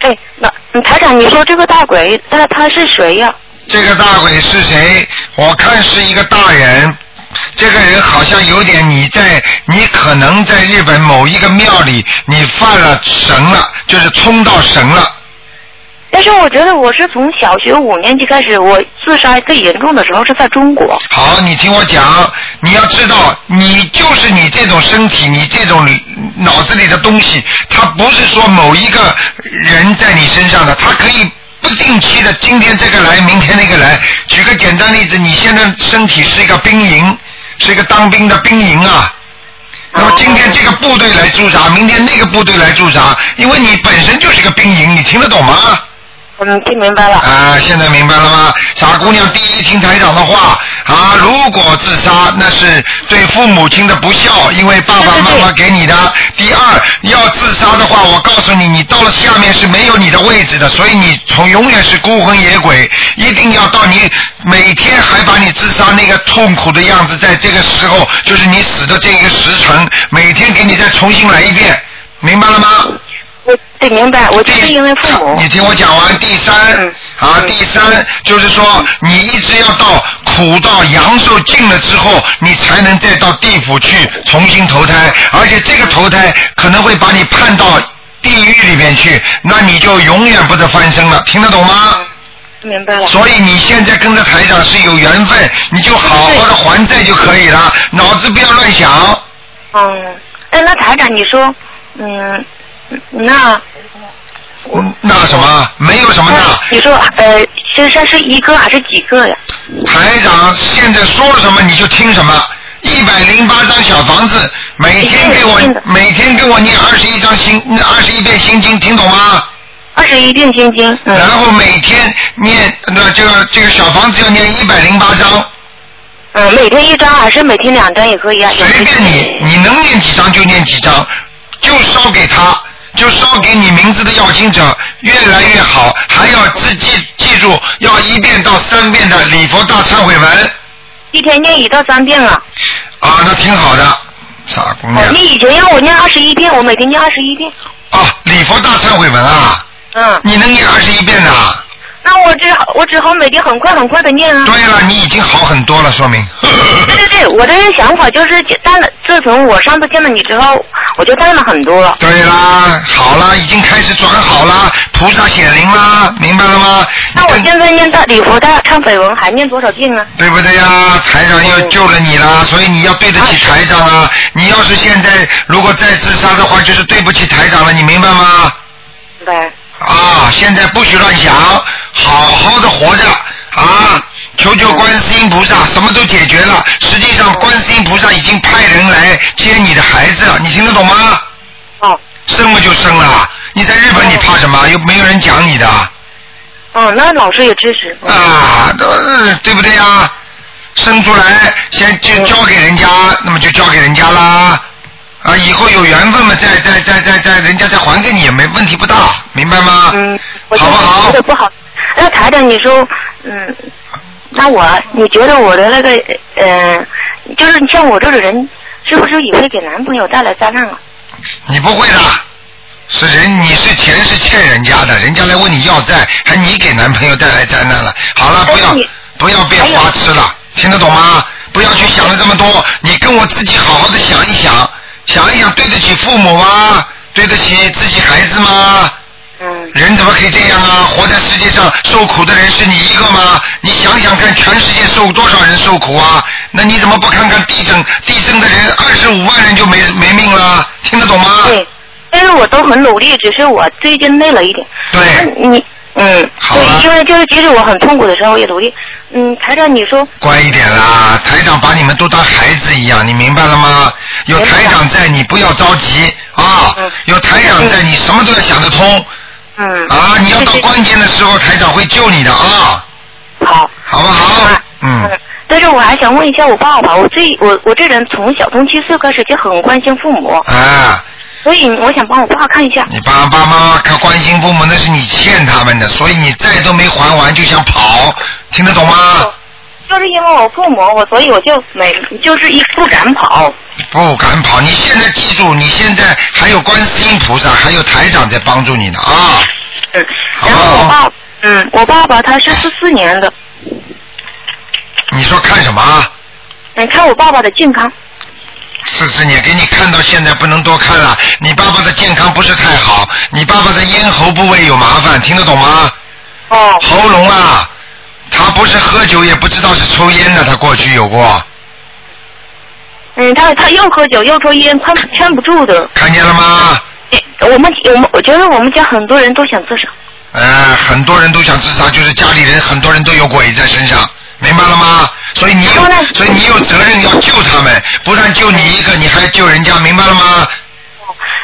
Speaker 4: 哎，那嗯台长，你说这个大鬼他他是谁呀、
Speaker 1: 这个大鬼是谁？我看是一个大人，这个人好像有点你在，你可能在日本某一个庙里，你犯了神了，就是冲到神了。
Speaker 4: 但是我觉得我是从小学五年级开始，我自杀最严重的时候是在中国。
Speaker 1: 好，你听我讲，你要知道，你就是你这种身体，你这种脑子里的东西，它不是说某一个人在你身上的，它可以不定期的，今天这个来，明天那个来。举个简单例子，你现在身体是一个兵营，是一个当兵的兵营啊。那么今天这个部队来驻扎，明天那个部队来驻扎，因为你本身就是个兵营，你听得懂吗？
Speaker 4: 嗯，听明白了。
Speaker 1: 啊，现在明白了吗？傻姑娘，第一听台长的话啊，如果自杀，那是对父母亲的不孝，因为爸爸妈妈给你的。第二，要自杀的话，我告诉你，你到了下面是没有你的位置的，所以你从永远是孤魂野鬼，一定要到你每天还把你自杀那个痛苦的样子，在这个时候，就是你死的这个时辰，每天给你再重新来一遍，明白了吗？
Speaker 4: 我对明白，我就是因为父母
Speaker 1: 你。听我讲完，第三、
Speaker 4: 嗯
Speaker 1: 啊，
Speaker 4: 嗯
Speaker 1: 第三就是说，你一直要到苦到阳寿尽了之后，你才能再到地府去重新投胎，而且这个投胎可能会把你判到地狱里面去，那你就永远不得翻身了，听得懂吗？
Speaker 4: 嗯明白了。
Speaker 1: 所以你现在跟着台长是有缘分，你就好好的还债就可以了，脑子不要乱想。
Speaker 4: 嗯，哎，那台长，你说，嗯，那
Speaker 1: 嗯那什么，没有什么那。
Speaker 4: 嗯你说，呃，身上是一个还是几个呀？
Speaker 1: 台长现在说什么你就听什么。一百零八张小房子，每天给
Speaker 4: 一定
Speaker 1: 我
Speaker 4: 的
Speaker 1: 每天给我念二十一张心，二十一遍心经，听懂吗？
Speaker 4: 二十一遍心经，嗯
Speaker 1: 然后每天念那这个这个小房子要念一百零八张，
Speaker 4: 嗯，每天一张还是每天两张也可以啊？有
Speaker 1: 随
Speaker 4: 时
Speaker 1: 便
Speaker 4: 间
Speaker 1: 你，你能念几张就念几张，就烧给他，就烧给你名字的要经者，越来越好。还要自己记住，要一遍到三遍的礼佛大忏悔文
Speaker 4: 一天念一到三遍啊。
Speaker 1: 啊，那挺好的，傻姑
Speaker 4: 哦
Speaker 1: 娘。
Speaker 4: 你以前让我念二十一遍，我每天念二十一遍。
Speaker 1: 啊，礼佛大忏悔文啊，
Speaker 4: 嗯，
Speaker 1: 你能念二十一遍呐、
Speaker 4: 那我只好我只好每天很快很快的念啊。
Speaker 1: 对了，你已经好很多了，说明。 [LAUGHS]
Speaker 4: 对对对，我的想法就是简单的。自从我上次见了你之后，我就淡了很多了。
Speaker 1: 对啦，好啦，已经开始转好啦，菩萨显灵啦，明白了吗？
Speaker 4: 那我
Speaker 1: 你跟
Speaker 4: 现在念大礼佛大忏悔文还念多少遍呢？
Speaker 1: 对不对呀、台长又救了你啦，所以你要对得起台长啊！你要是现在如果再自杀的话，就是对不起台长了，你明白吗？
Speaker 4: 对，
Speaker 1: 啊，现在不许乱想，好好的活着啊！求求观世音菩萨，什么都解决了。实际上，观世音菩萨已经派人来接你的孩子了，你听得懂吗？
Speaker 4: 哦，
Speaker 1: 生不就生了？你在日本你怕什么？又没有人讲你的
Speaker 4: 嗯，那老师也支持。
Speaker 1: 啊，都呃对不对呀？生出来先就交给人家，那么就交给人家啦。啊，以后有缘分嘛，再再再再再，人家再还给你也没问题不大，明白吗？
Speaker 4: 嗯，我
Speaker 1: 啊好不好
Speaker 4: 觉得不好。那台长，你说，嗯，那我，你觉得我的那个，呃，就是你像我这种人，是不是也会给男朋友带来灾难啊？
Speaker 1: 你不会的，是人你是钱是欠人家的，人家来问你要债，还你给男朋友带来灾难了。好了，不
Speaker 4: 但是
Speaker 1: 要
Speaker 4: 哎你
Speaker 1: 不要变花痴了，听得懂吗？不要去想了这么多，你跟我自己好好的想一想，想一想对得起父母吗？对得起自己孩子吗？
Speaker 4: 嗯
Speaker 1: 人怎么可以这样啊？活在世界上受苦的人是你一个吗？你想想看，全世界受多少人受苦啊？那你怎么不看看地震？地震的人二十五万人就没没命了，听得懂吗？
Speaker 4: 对，但是我都很努力，只是我最近累了一点。
Speaker 1: 对，
Speaker 4: 那你，嗯，
Speaker 1: 哎好啊
Speaker 4: 对，因为就是即使我很痛苦的时候也努力。嗯，台长，你说，
Speaker 1: 乖一点啦，台长把你们都当孩子一样，你明白了吗？有台长在，你不要着急啊
Speaker 4: 嗯。
Speaker 1: 有台长在，你什么都要想得通
Speaker 4: 嗯，
Speaker 1: 啊。你要到关键的时候，台长会救你的啊，
Speaker 4: 好，
Speaker 1: 好不好
Speaker 4: 啊？
Speaker 1: 嗯
Speaker 4: 嗯，但是我还想问一下我爸爸，我最我我这人从小从七岁开始就很关心父母，
Speaker 1: 啊，
Speaker 4: 所以我想帮我爸看一下。
Speaker 1: 你爸爸妈妈可关心父母，那是你欠他们的，所以你债都没还完就想跑，听得懂吗？
Speaker 4: 就是因为我父母，我所以我就没就是一不敢跑。
Speaker 1: 不敢跑，你现在记住，你现在还有观世音菩萨，还有台长在帮助你呢啊。
Speaker 4: 嗯，
Speaker 1: 好
Speaker 4: 然后我爸，嗯，我爸爸他是四四年的，
Speaker 1: 你说看什么啊？
Speaker 4: 嗯，看我爸爸的健康。
Speaker 1: 四四年给你看到现在不能多看了，你爸爸的健康不是太好，你爸爸的咽喉部位有麻烦，听得懂吗？
Speaker 4: 哦
Speaker 1: 喉咙啊，他不是喝酒也不知道是抽烟的，他过去有过，
Speaker 4: 嗯，他他又喝酒又抽烟，看看不住的。
Speaker 1: 看见了吗？
Speaker 4: 我们我们我觉得我们家很多人都想自杀。
Speaker 1: 呃，很多人都想自杀，就是家里人很多人都有鬼在身上，明白了吗？所以你
Speaker 4: 然后呢
Speaker 1: 有，所以你有责任要救他们，不但救你一个，你还救人家，明白了吗？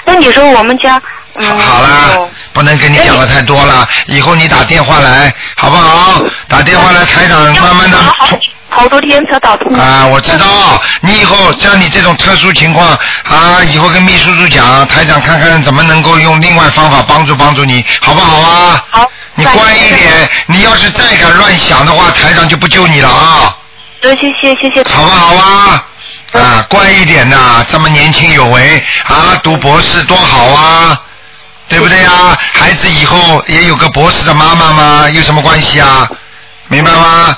Speaker 4: 那你说我们家，嗯，
Speaker 1: 好啦
Speaker 4: 哦，
Speaker 1: 不能跟你讲的太多了，以后你打电话来，好不好？打电话来，台长慢慢的
Speaker 4: 好好好多天才打通。
Speaker 1: 啊，我知道，你以后像你这种特殊情况啊，以后跟秘书处讲，台长看看怎么能够用另外方法帮助帮助你，好不好啊？
Speaker 4: 好
Speaker 1: 你乖一点，你要是再敢乱想的话，台长就不救你了啊，
Speaker 4: 多谢谢谢谢。
Speaker 1: 好不好啊？啊，乖一点呐、这么年轻有为啊，读博士多好啊，对不对啊？孩子以后也有个博士的妈妈嘛，有什么关系啊？明白吗？
Speaker 4: 嗯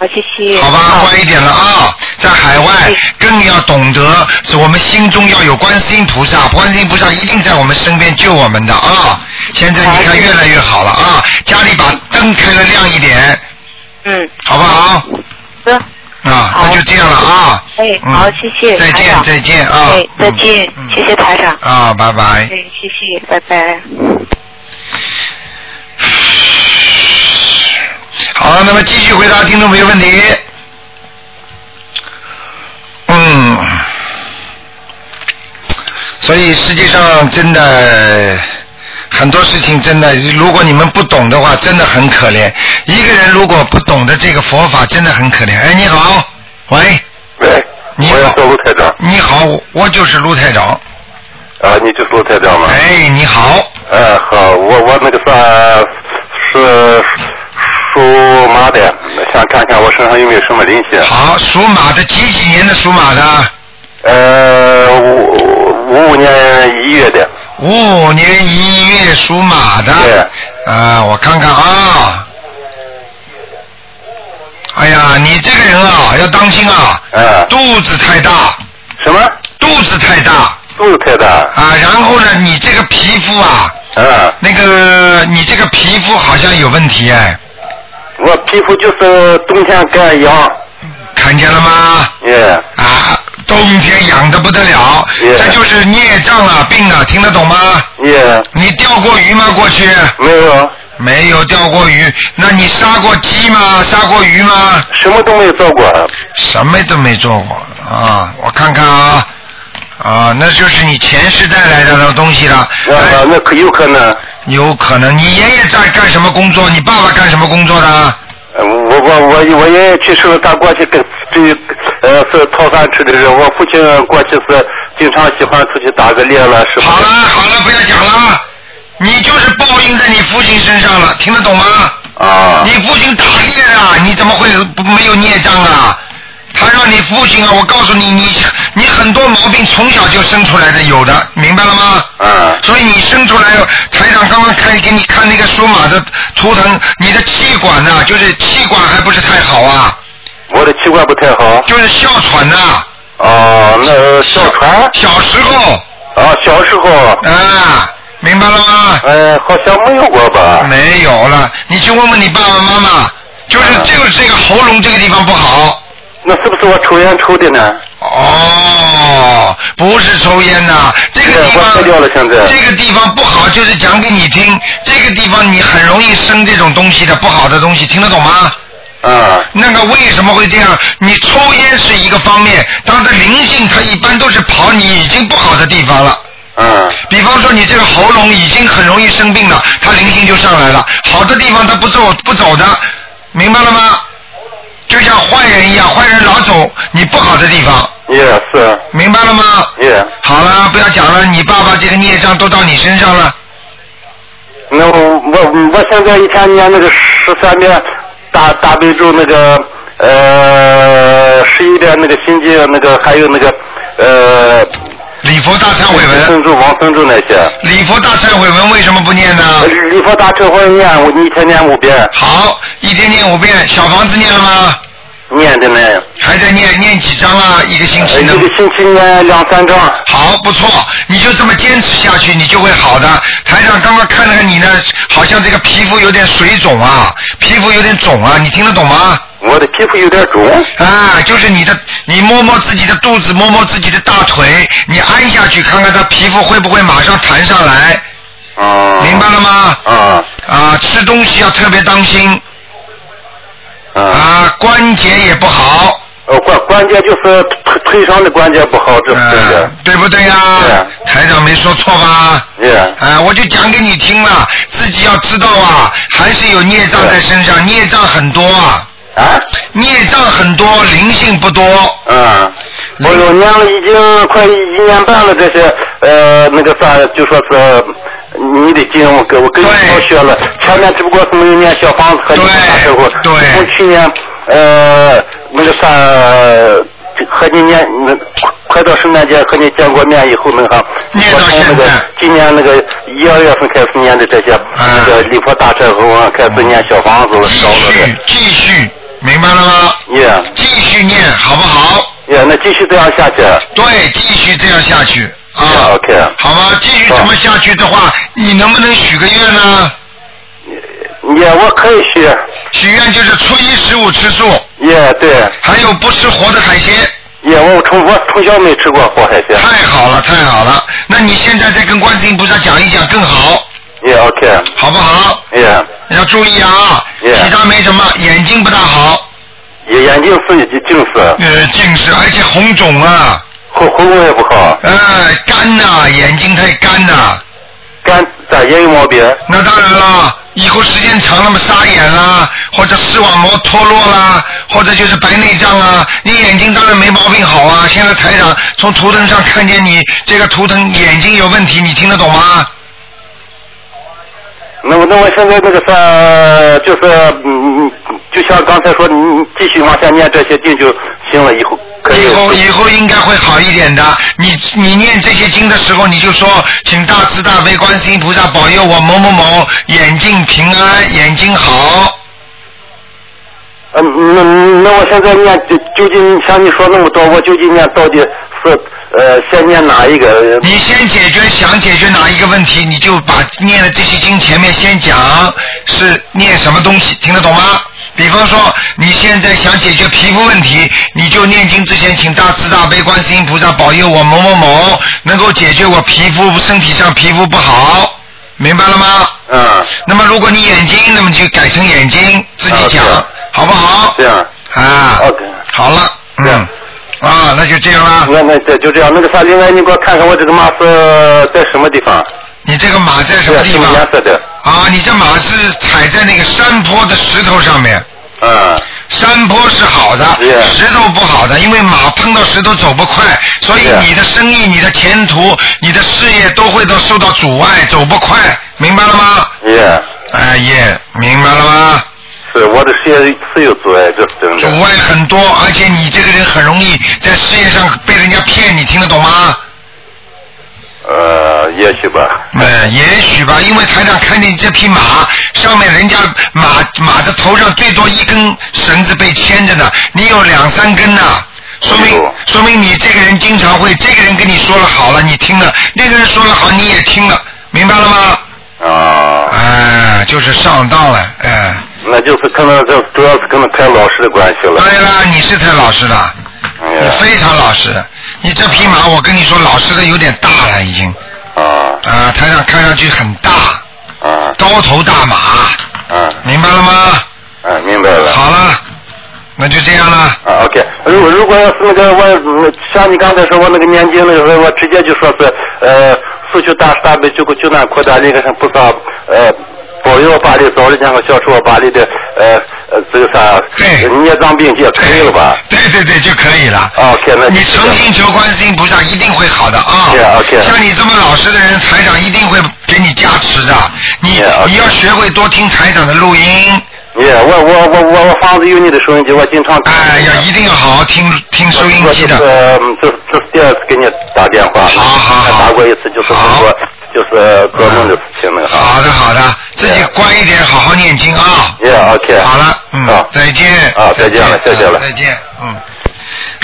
Speaker 4: 好，谢谢。
Speaker 1: 好吧，乖一点了啊！在海外
Speaker 4: 嗯
Speaker 1: 更要懂得，是我们心中要有观世音菩萨，观世音菩萨一定在我们身边救我们的啊！现在你看越来越好了啊！家里把灯开的亮一点，
Speaker 4: 嗯，
Speaker 1: 好不好？
Speaker 4: 哥，
Speaker 1: 啊，
Speaker 4: 好
Speaker 1: 那就这样了啊！
Speaker 4: 哎，
Speaker 1: 嗯
Speaker 4: 好，谢谢
Speaker 1: 再
Speaker 4: 台
Speaker 1: 见
Speaker 4: 长，
Speaker 1: 再见啊！
Speaker 4: 哎，再见
Speaker 1: 嗯，
Speaker 4: 谢谢台长，
Speaker 1: 嗯啊，拜拜
Speaker 4: 哎，。谢谢，拜拜。
Speaker 1: 好，那么继续回答听众朋友问题。嗯，所以世界上真的很多事情，真的，如果你们不懂的话，真的很可怜。一个人如果不懂得这个佛法，真的很可怜。哎，你好，喂，
Speaker 3: 喂，
Speaker 1: 你好
Speaker 3: 我要说卢台长
Speaker 1: 你好，我就是卢台长。
Speaker 3: 啊，你就是卢台长吗？
Speaker 1: 哎，你好，
Speaker 3: 呃，好，我我那个啥是属马的，想看看我身上有没有什么灵性。
Speaker 1: 好，属马的，几几年的属马的？
Speaker 3: 呃，五五五年一月的，
Speaker 1: 五五年一月属马的。
Speaker 3: 对
Speaker 1: 啊，我看看啊。哎呀，你这个人啊，要当心啊，
Speaker 3: 嗯，
Speaker 1: 肚子太大，
Speaker 3: 什么？
Speaker 1: 肚子太大
Speaker 3: 肚子太大，
Speaker 1: 啊。然后呢，你这个皮肤啊，
Speaker 3: 嗯，
Speaker 1: 那个你这个皮肤好像有问题哎，
Speaker 3: 我皮肤就是冬天干痒，
Speaker 1: 看见了吗？
Speaker 3: 耶，
Speaker 1: 啊，冬天痒的不得了，
Speaker 3: Yeah
Speaker 1: 这就是孽障啊，病啊，听得懂吗？
Speaker 3: 耶，
Speaker 1: 你钓过鱼吗？过去
Speaker 3: 没有，
Speaker 1: 没有钓过鱼，那你杀过鸡吗？杀过鱼吗？
Speaker 3: 什么都没有做过，
Speaker 1: 什么都没做过啊！我看看啊，啊，那就是你前世带来的东西了。
Speaker 3: 那、
Speaker 1: 哎
Speaker 3: 那可有可能。
Speaker 1: 有可能，你爷爷在干什么工作？你爸爸干什么工作的啊？
Speaker 3: 呃我我我我爷爷去世了，他过去跟对呃是讨饭吃的人。我父亲过去是经常喜欢出去打个猎了，是
Speaker 1: 好了
Speaker 3: 吧？
Speaker 1: 好了，不要讲了，你就是报应在你父亲身上了，听得懂吗？
Speaker 3: 啊
Speaker 1: 你父亲打猎啊，你怎么会不没有孽障啊？他让你父亲啊，我告诉你，你你很多毛病从小就生出来的，有的，明白了吗？
Speaker 3: 啊
Speaker 1: 所以你生出来，台长刚刚看给你看那个属马的图腾，你的气管呐、就是气管还不是太好啊，
Speaker 3: 我的器官不太好。
Speaker 1: 就是哮喘呐、
Speaker 3: 哦，那哮喘
Speaker 1: 小时候
Speaker 3: 啊，小时候，
Speaker 1: 啊，明白了吗？
Speaker 3: 呃，好像没有过吧？
Speaker 1: 没有了，你去问问你爸爸妈妈，就是
Speaker 3: 啊
Speaker 1: 就是这个喉咙这个地方不好。
Speaker 3: 那是不是我抽烟抽的呢？
Speaker 1: 哦，不是抽烟呐、这个地
Speaker 3: 对
Speaker 1: 方
Speaker 3: 我戒掉了现在
Speaker 1: 这个地方不好，就是讲给你听，这个地方你很容易生这种东西的不好的东西，听得懂吗？
Speaker 3: 啊，
Speaker 1: 那个为什么会这样？你抽烟是一个方面，它的灵性它一般都是跑你已经不好的地方了。
Speaker 3: 嗯，
Speaker 1: 比方说你这个喉咙已经很容易生病了，它灵性就上来了。好的地方它不走不走的，明白了吗？就像坏人一样，坏人老走你不好的地方，
Speaker 3: 也是，
Speaker 1: 明白了吗？
Speaker 3: 也。
Speaker 1: 好了，不要讲了，你爸爸这个孽障都到你身上了。
Speaker 3: 那我我我现在一天念那个十三遍大大悲咒那个呃十一遍那个心经那个还有那个呃
Speaker 1: 礼佛大忏悔文，啊
Speaker 3: 生咒王生咒那些，
Speaker 1: 礼佛大忏悔文为什么不念呢
Speaker 3: 呃？礼佛大忏悔念我一天念五遍
Speaker 1: 好，一天念五遍，小房子念了吗？
Speaker 3: 念的呢，
Speaker 1: 还在念，念几张啦？一个星
Speaker 3: 呃
Speaker 1: 期
Speaker 3: 一
Speaker 1: 呢？
Speaker 3: 个星期念两三张。
Speaker 1: 好，不错，你就这么坚持下去，你就会好的。台长刚刚看了看你呢，好像这个皮肤有点水肿啊，皮肤有点肿啊，你听得懂吗？
Speaker 3: 我的皮肤有点肿，
Speaker 1: 啊，就是你的，你摸摸自己的肚子，摸摸自己的大腿，你按下去看看它皮肤会不会马上弹上来，
Speaker 3: 啊，
Speaker 1: 明白了吗？
Speaker 3: 啊
Speaker 1: 啊，吃东西要特别当心
Speaker 3: 啊，
Speaker 1: 啊，关节也不好，
Speaker 3: 呃关关节就是腿腿上的关节不好，这是真
Speaker 1: 啊
Speaker 3: 的，，
Speaker 1: 对不对呀、
Speaker 3: 对啊
Speaker 1: 台长没说错吧？
Speaker 3: 也
Speaker 1: 啊，我就讲给你听了，自己要知道啊，还是有孽障在身上，孽障很多啊，
Speaker 3: 啊。
Speaker 1: 孽障很多，灵性不多。
Speaker 3: 嗯，我有念了已经快一年半了，这些呃那个算就说是你的经，我给我跟你
Speaker 1: 对
Speaker 3: 说学了，前面只不过是没有念小房子和你
Speaker 1: 对
Speaker 3: 的大时候，
Speaker 1: 对
Speaker 3: 从去年呃那个算呃和你念那快快到圣诞节和你见过面以后那哈，
Speaker 1: 念到
Speaker 3: 我从
Speaker 1: 现
Speaker 3: 那个
Speaker 1: 在嗯
Speaker 3: 今年那个一二月份开始念的这些、那个礼佛大忏悔文开始念小房子了，
Speaker 1: 继
Speaker 3: 烧了
Speaker 1: 续
Speaker 3: 的，
Speaker 1: 继续，明白了吗？
Speaker 3: 也
Speaker 1: 继续念好不好？
Speaker 3: 也那继续这样下去，
Speaker 1: 对，继续这样下去啊
Speaker 3: 啊。，OK。
Speaker 1: 好吗？继续这么下去的话，你能不能许个愿呢？
Speaker 3: 也我可以去，
Speaker 1: 许愿就是初一十五吃素，
Speaker 3: 也对，
Speaker 1: 还有不吃活的海鲜。
Speaker 3: 也我从我从小没吃过活海鲜，
Speaker 1: 太好了，太好了！那你现在再跟观世音菩萨讲一讲更好，
Speaker 3: 也 OK，
Speaker 1: 好不好？
Speaker 3: 也
Speaker 1: 要注意啊，
Speaker 3: Yeah
Speaker 1: 其他没什么，眼睛不大好，
Speaker 3: 也眼睛是一近视，
Speaker 1: 呃，近视，而且红肿啊，
Speaker 3: 喉喉咙也不好，
Speaker 1: 呃，干呐、眼睛太干呐、
Speaker 3: 肝胆也有毛病，
Speaker 1: 那当然啦，以后时间长了嘛，沙眼啦，或者视网膜脱落啦，或者就是白内障啊。你眼睛当然没毛病好啊。现在台长从图腾上看见你这个图腾眼睛有问题，你听得懂吗？
Speaker 3: 那我那我现在那个啥，就是嗯，就像刚才说，你你继续往下念这些经就行了，以后可以
Speaker 1: 以，后以后应该会好一点的。你你念这些经的时候，你就说，请大慈大悲观世音菩萨保佑我某某某眼睛平安，眼睛好。
Speaker 3: 嗯，那那我现在念就究竟像你说那么多，我究竟念到底是呃先念哪一个？
Speaker 1: 你先解决想解决哪一个问题，你就把念的这些经前面先讲是念什么东西，听得懂吗？比方说，你现在想解决皮肤问题，你就念经之前，请大慈大悲观世音菩萨保佑我某某某能够解决我皮肤身体上皮肤不好，明白了吗？
Speaker 3: 嗯，
Speaker 1: 那么如果你眼睛，那么就改成眼睛自己讲
Speaker 3: 啊，
Speaker 1: 好不好
Speaker 3: 这？样
Speaker 1: 啊
Speaker 3: ，OK。
Speaker 1: 好了，
Speaker 3: 这样
Speaker 1: 嗯，啊，那就这样啦。
Speaker 3: [LAUGHS] 那那这就这样，那个啥，另外你给我看看我这个马是在什么地方？
Speaker 1: 你这个马在什么地
Speaker 3: 是
Speaker 1: 方？
Speaker 3: 什么颜色的？
Speaker 1: 啊，你这马是踩在那个山坡的石头上面，
Speaker 3: 嗯，
Speaker 1: 山坡是好的，
Speaker 3: 是啊
Speaker 1: 石头不好的，因为马碰到石头走不快，所以
Speaker 3: 是啊
Speaker 1: 你的生意、你的前途、你的事业都会都受到阻碍，走不快，明白了吗？
Speaker 3: 耶，
Speaker 1: 哎耶，明白了吗？
Speaker 3: 是我的事业是有阻碍，这是真
Speaker 1: 阻
Speaker 3: 的。
Speaker 1: 碍很多，而且你这个人很容易在事业上被人家骗，你听得懂吗？
Speaker 3: 呃，也许吧。
Speaker 1: 嗯，也许吧，因为台长看见这匹马上面人家马马的头上最多一根绳子被牵着呢，你有两三根呢、说
Speaker 3: 哎
Speaker 1: 明
Speaker 3: 呦
Speaker 1: 说明你这个人经常会，这个人跟你说了好了，你听了；那个人说了好，你也听了，明白了吗？
Speaker 3: 啊，
Speaker 1: 哎，就是上当了，哎。
Speaker 3: 那就是可能这主要是可能太老实的关系了。
Speaker 1: 对了，你是太老实了，
Speaker 3: 哎
Speaker 1: 你
Speaker 3: 呀，
Speaker 1: 非常老实。你这匹马，我跟你说，老实的有点大了，已经
Speaker 3: 啊
Speaker 1: 啊，台上看上去很大，
Speaker 3: 啊
Speaker 1: 高头大马，
Speaker 3: 啊
Speaker 1: 明白了吗？
Speaker 3: 啊！明白了。
Speaker 1: 好了，那就这样了。
Speaker 3: 啊，OK。如果如果要是那个我嗯像你刚才说我那个念经那个，我直接就说是呃，四求大慈大悲救苦救难扩大那个什么菩萨呃。保佑我巴黎早日健康，消除我巴黎的呃呃这个啥
Speaker 1: 对
Speaker 3: 孽障病也可以了吧？啊
Speaker 1: 对对对，就可以了。
Speaker 3: OK，那就
Speaker 1: 你
Speaker 3: 这样
Speaker 1: 诚心求观世音菩萨，一定会好的啊。
Speaker 3: Yeah，OK
Speaker 1: 像你这么老实的人，台长一定会给你加持的。你
Speaker 3: Yeah，OK
Speaker 1: 你要学会多听台长的录音，
Speaker 3: 耶、我我我我我房子有你的收音机，我经常听
Speaker 1: 哎，要一定要好好听听收音机的。
Speaker 3: 我就是嗯这这是第二次给你打电话，
Speaker 1: 好好好
Speaker 3: 还打过一次，就是
Speaker 1: 好
Speaker 3: 说就是呃做梦的事情那个哈。
Speaker 1: 好的好的，自己
Speaker 3: Yeah
Speaker 1: 乖一点，好好念经啊。
Speaker 3: 耶、OK。
Speaker 1: 好了，嗯
Speaker 3: 好，
Speaker 1: 再见。
Speaker 3: 啊再见了
Speaker 1: 再
Speaker 3: 谢谢了
Speaker 1: 啊再见，嗯。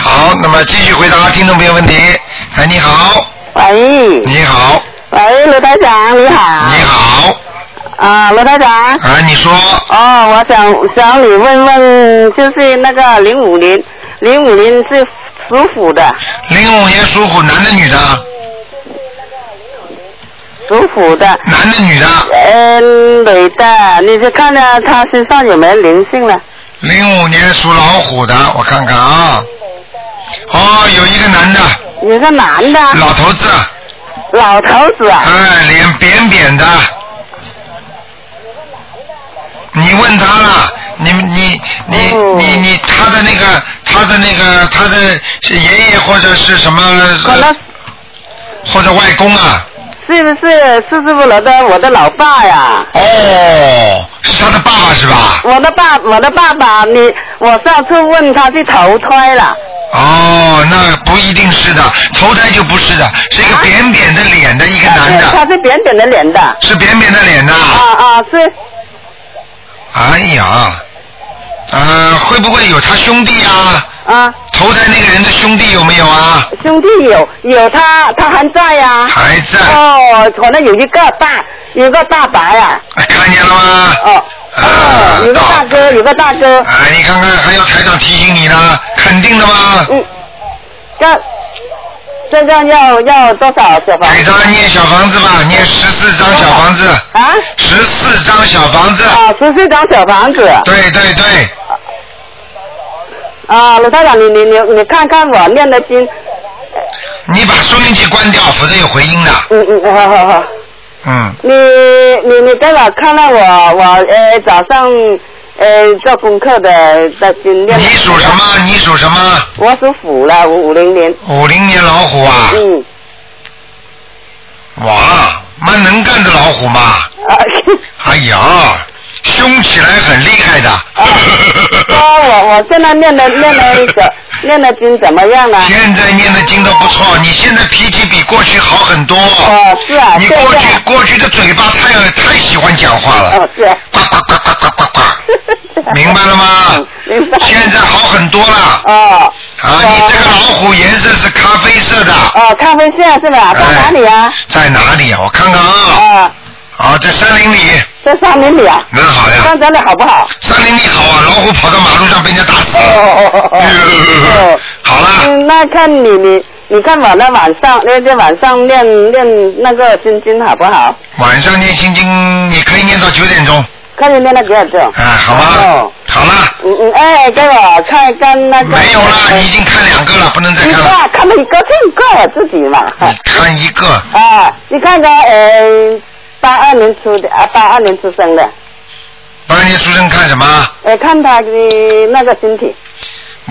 Speaker 1: 好，那么继续回答听众朋友问题。哎，你好，
Speaker 5: 喂
Speaker 3: 嗯
Speaker 1: 你好，
Speaker 5: 喂，罗台长你好。
Speaker 1: 你好，
Speaker 5: 啊，罗台长。
Speaker 1: 啊，你说，
Speaker 5: 哦，我想想你问问，就是那个零五年，零五年是属虎的，
Speaker 1: 零五年属虎，男的女的？
Speaker 5: 属虎的，
Speaker 1: 男的女的？
Speaker 5: 嗯，女的，你就看看他身上有没有灵性了。
Speaker 1: 零五年属老虎的，我看看啊。哦，有一个男的，
Speaker 5: 有个男的，
Speaker 1: 老头子，
Speaker 5: 老头子啊，
Speaker 1: 哎，脸扁扁的。你问他了，你你你
Speaker 5: 哦
Speaker 1: 你你他的那个他的那个他的是爷爷或者是什么呃
Speaker 5: 可能
Speaker 1: 或者外公啊？
Speaker 5: 是不是是不是我的我的老爸呀？
Speaker 1: 哦，是他的爸爸是吧？
Speaker 5: 我的爸，我的爸爸，你我上次问他去投胎了，
Speaker 1: 哦，那不一定是的，投胎就不是的，是一个扁扁的脸的一啊个男
Speaker 5: 他
Speaker 1: 的，
Speaker 5: 是扁扁的脸的，
Speaker 1: 是扁扁的脸呐。
Speaker 5: 啊啊是
Speaker 1: 哎呀，呃，会不会有他兄弟啊？
Speaker 5: 啊，
Speaker 1: 投胎那个人的兄弟有没有啊？
Speaker 5: 兄弟有有他，他还在呀、
Speaker 1: 还在，
Speaker 5: 啊哦，可能有一个大，有个大白啊。
Speaker 1: 哎看见了吗？
Speaker 5: 哦。
Speaker 1: 啊
Speaker 5: 哦，有个大哥，有个大哥，
Speaker 1: 哎，你看看，还有台长提醒你呢，肯定的吗？
Speaker 5: 嗯，这这样要要多少小房
Speaker 1: 给
Speaker 5: 子？
Speaker 1: 他念小房子吧，念十四张小房子，
Speaker 5: 啊？
Speaker 1: 十四张小房子。
Speaker 5: 啊，十四张小房子。
Speaker 1: 对对对，
Speaker 5: 啊，卢台长，你你你你看看我念的经，
Speaker 1: 你把收音机关掉，否则有回音的。
Speaker 5: 嗯嗯，好好好，
Speaker 1: 嗯，
Speaker 5: 你你你给我看看我我呃早上呃做功课的的经念。
Speaker 1: 你属什？么？你属什么？
Speaker 5: 我属虎了，五五零年。
Speaker 1: 五零年老虎啊！
Speaker 5: 嗯。
Speaker 1: 哇，蛮能干的老虎嘛！
Speaker 5: [LAUGHS] 啊，
Speaker 1: 哎呀，凶起来很厉害的。
Speaker 5: 啊
Speaker 1: [LAUGHS]
Speaker 5: 说哦我我现在念的念的一个念的经怎么样啊了？
Speaker 1: 现在念的经都不错，你现在脾气比过去好很多。
Speaker 5: 哦，是啊，
Speaker 1: 你
Speaker 5: 对
Speaker 1: 过
Speaker 5: 对
Speaker 1: 去过去的嘴巴太太喜欢讲话了
Speaker 5: 哦，，是啊。
Speaker 1: 呱呱呱呱呱呱呱，
Speaker 5: [LAUGHS]
Speaker 1: 明白了吗？
Speaker 5: 明白。
Speaker 1: 现在好很多了。
Speaker 5: 哦
Speaker 1: 啊，你这个老虎颜色是咖啡色的，
Speaker 5: 哦，咖啡线是吧？在哪里啊？
Speaker 1: 在哪里啊？我看看哎啊，
Speaker 5: 啊，
Speaker 1: 啊，在山林里，
Speaker 5: 在山林里啊。
Speaker 1: 蛮好哎呀。
Speaker 5: 看咱的好不好？
Speaker 1: 山林里好啊，老虎跑到马路上被人家打死
Speaker 5: 哦
Speaker 1: 了。
Speaker 5: 哦哦哦哦
Speaker 1: [LAUGHS] 哟。好了，
Speaker 5: 嗯，那看你你你看我那晚上那天晚上练练那个心经好不好？
Speaker 1: 晚上念心经，你可以念到九点钟，
Speaker 5: 看你练到几点钟？
Speaker 1: 啊，好吗
Speaker 5: 哦？
Speaker 1: 好了，
Speaker 5: 嗯嗯，哎，给我看一看那个。
Speaker 1: 没有啦，你已经看两个了，不能再
Speaker 5: 你
Speaker 1: 看了。
Speaker 5: 看，看了一个，就看我自己嘛。
Speaker 1: 你看一个，
Speaker 5: 啊，你看看，呃，八二年出的啊，八二年出生的，
Speaker 1: 八年出生看什么？
Speaker 5: 呃，看他的那个身体。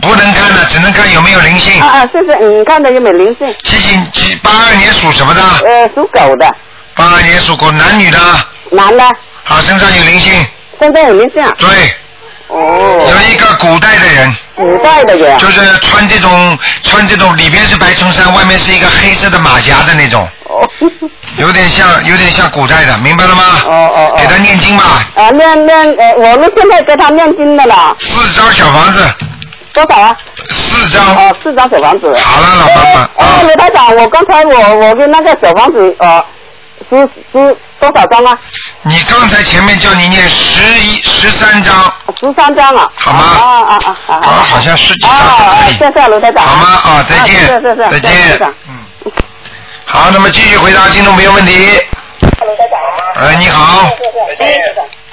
Speaker 1: 不能看了，只能看有没有灵性
Speaker 5: 啊。啊，是是，你看他有没有灵性？
Speaker 1: 几几几八二年属什么的？
Speaker 5: 呃，属狗的，
Speaker 1: 八二年属狗，男女的，
Speaker 5: 男的，
Speaker 1: 啊，身上有灵性，
Speaker 5: 现在有灵性啊。
Speaker 1: 对，有
Speaker 5: 哦，
Speaker 1: 一个古代的人，
Speaker 5: 古代的人啊。
Speaker 1: 就是穿这种穿这种里边是白衬衫，外面是一个黑色的马甲的那种，
Speaker 5: 哦
Speaker 1: 有点像有点像古代的，明白了吗？
Speaker 5: 哦哦
Speaker 1: 给他
Speaker 5: 哦。
Speaker 1: 念经吧，
Speaker 5: 啊，念念，呃，我们现在给他念经的了，
Speaker 1: 四张小房子，
Speaker 5: 多少啊？
Speaker 1: 四张。
Speaker 5: 哦，四张小房子。
Speaker 1: 好了，老
Speaker 5: 哎
Speaker 1: 爸
Speaker 5: 哎
Speaker 1: 爸，
Speaker 5: 哎，
Speaker 1: 啊，
Speaker 5: 刘台长，我刚才我我跟那个小房子呃，是是多少张啊？
Speaker 1: 你刚才前面叫你念十一十三章，
Speaker 5: 十三张啊。
Speaker 1: 好吗
Speaker 5: 啊啊啊啊！
Speaker 1: 好了，好像十几
Speaker 5: 啊
Speaker 1: 章
Speaker 5: 啊
Speaker 1: 在，
Speaker 5: 谢
Speaker 1: 那里，
Speaker 5: 谢卢台长。
Speaker 1: 好吗？啊，再见
Speaker 5: 啊是是，
Speaker 1: 再
Speaker 5: 是，谢谢卢台
Speaker 1: 见
Speaker 5: 长。，
Speaker 1: 嗯。好，那么继续回答听众朋友问题。哎，你好，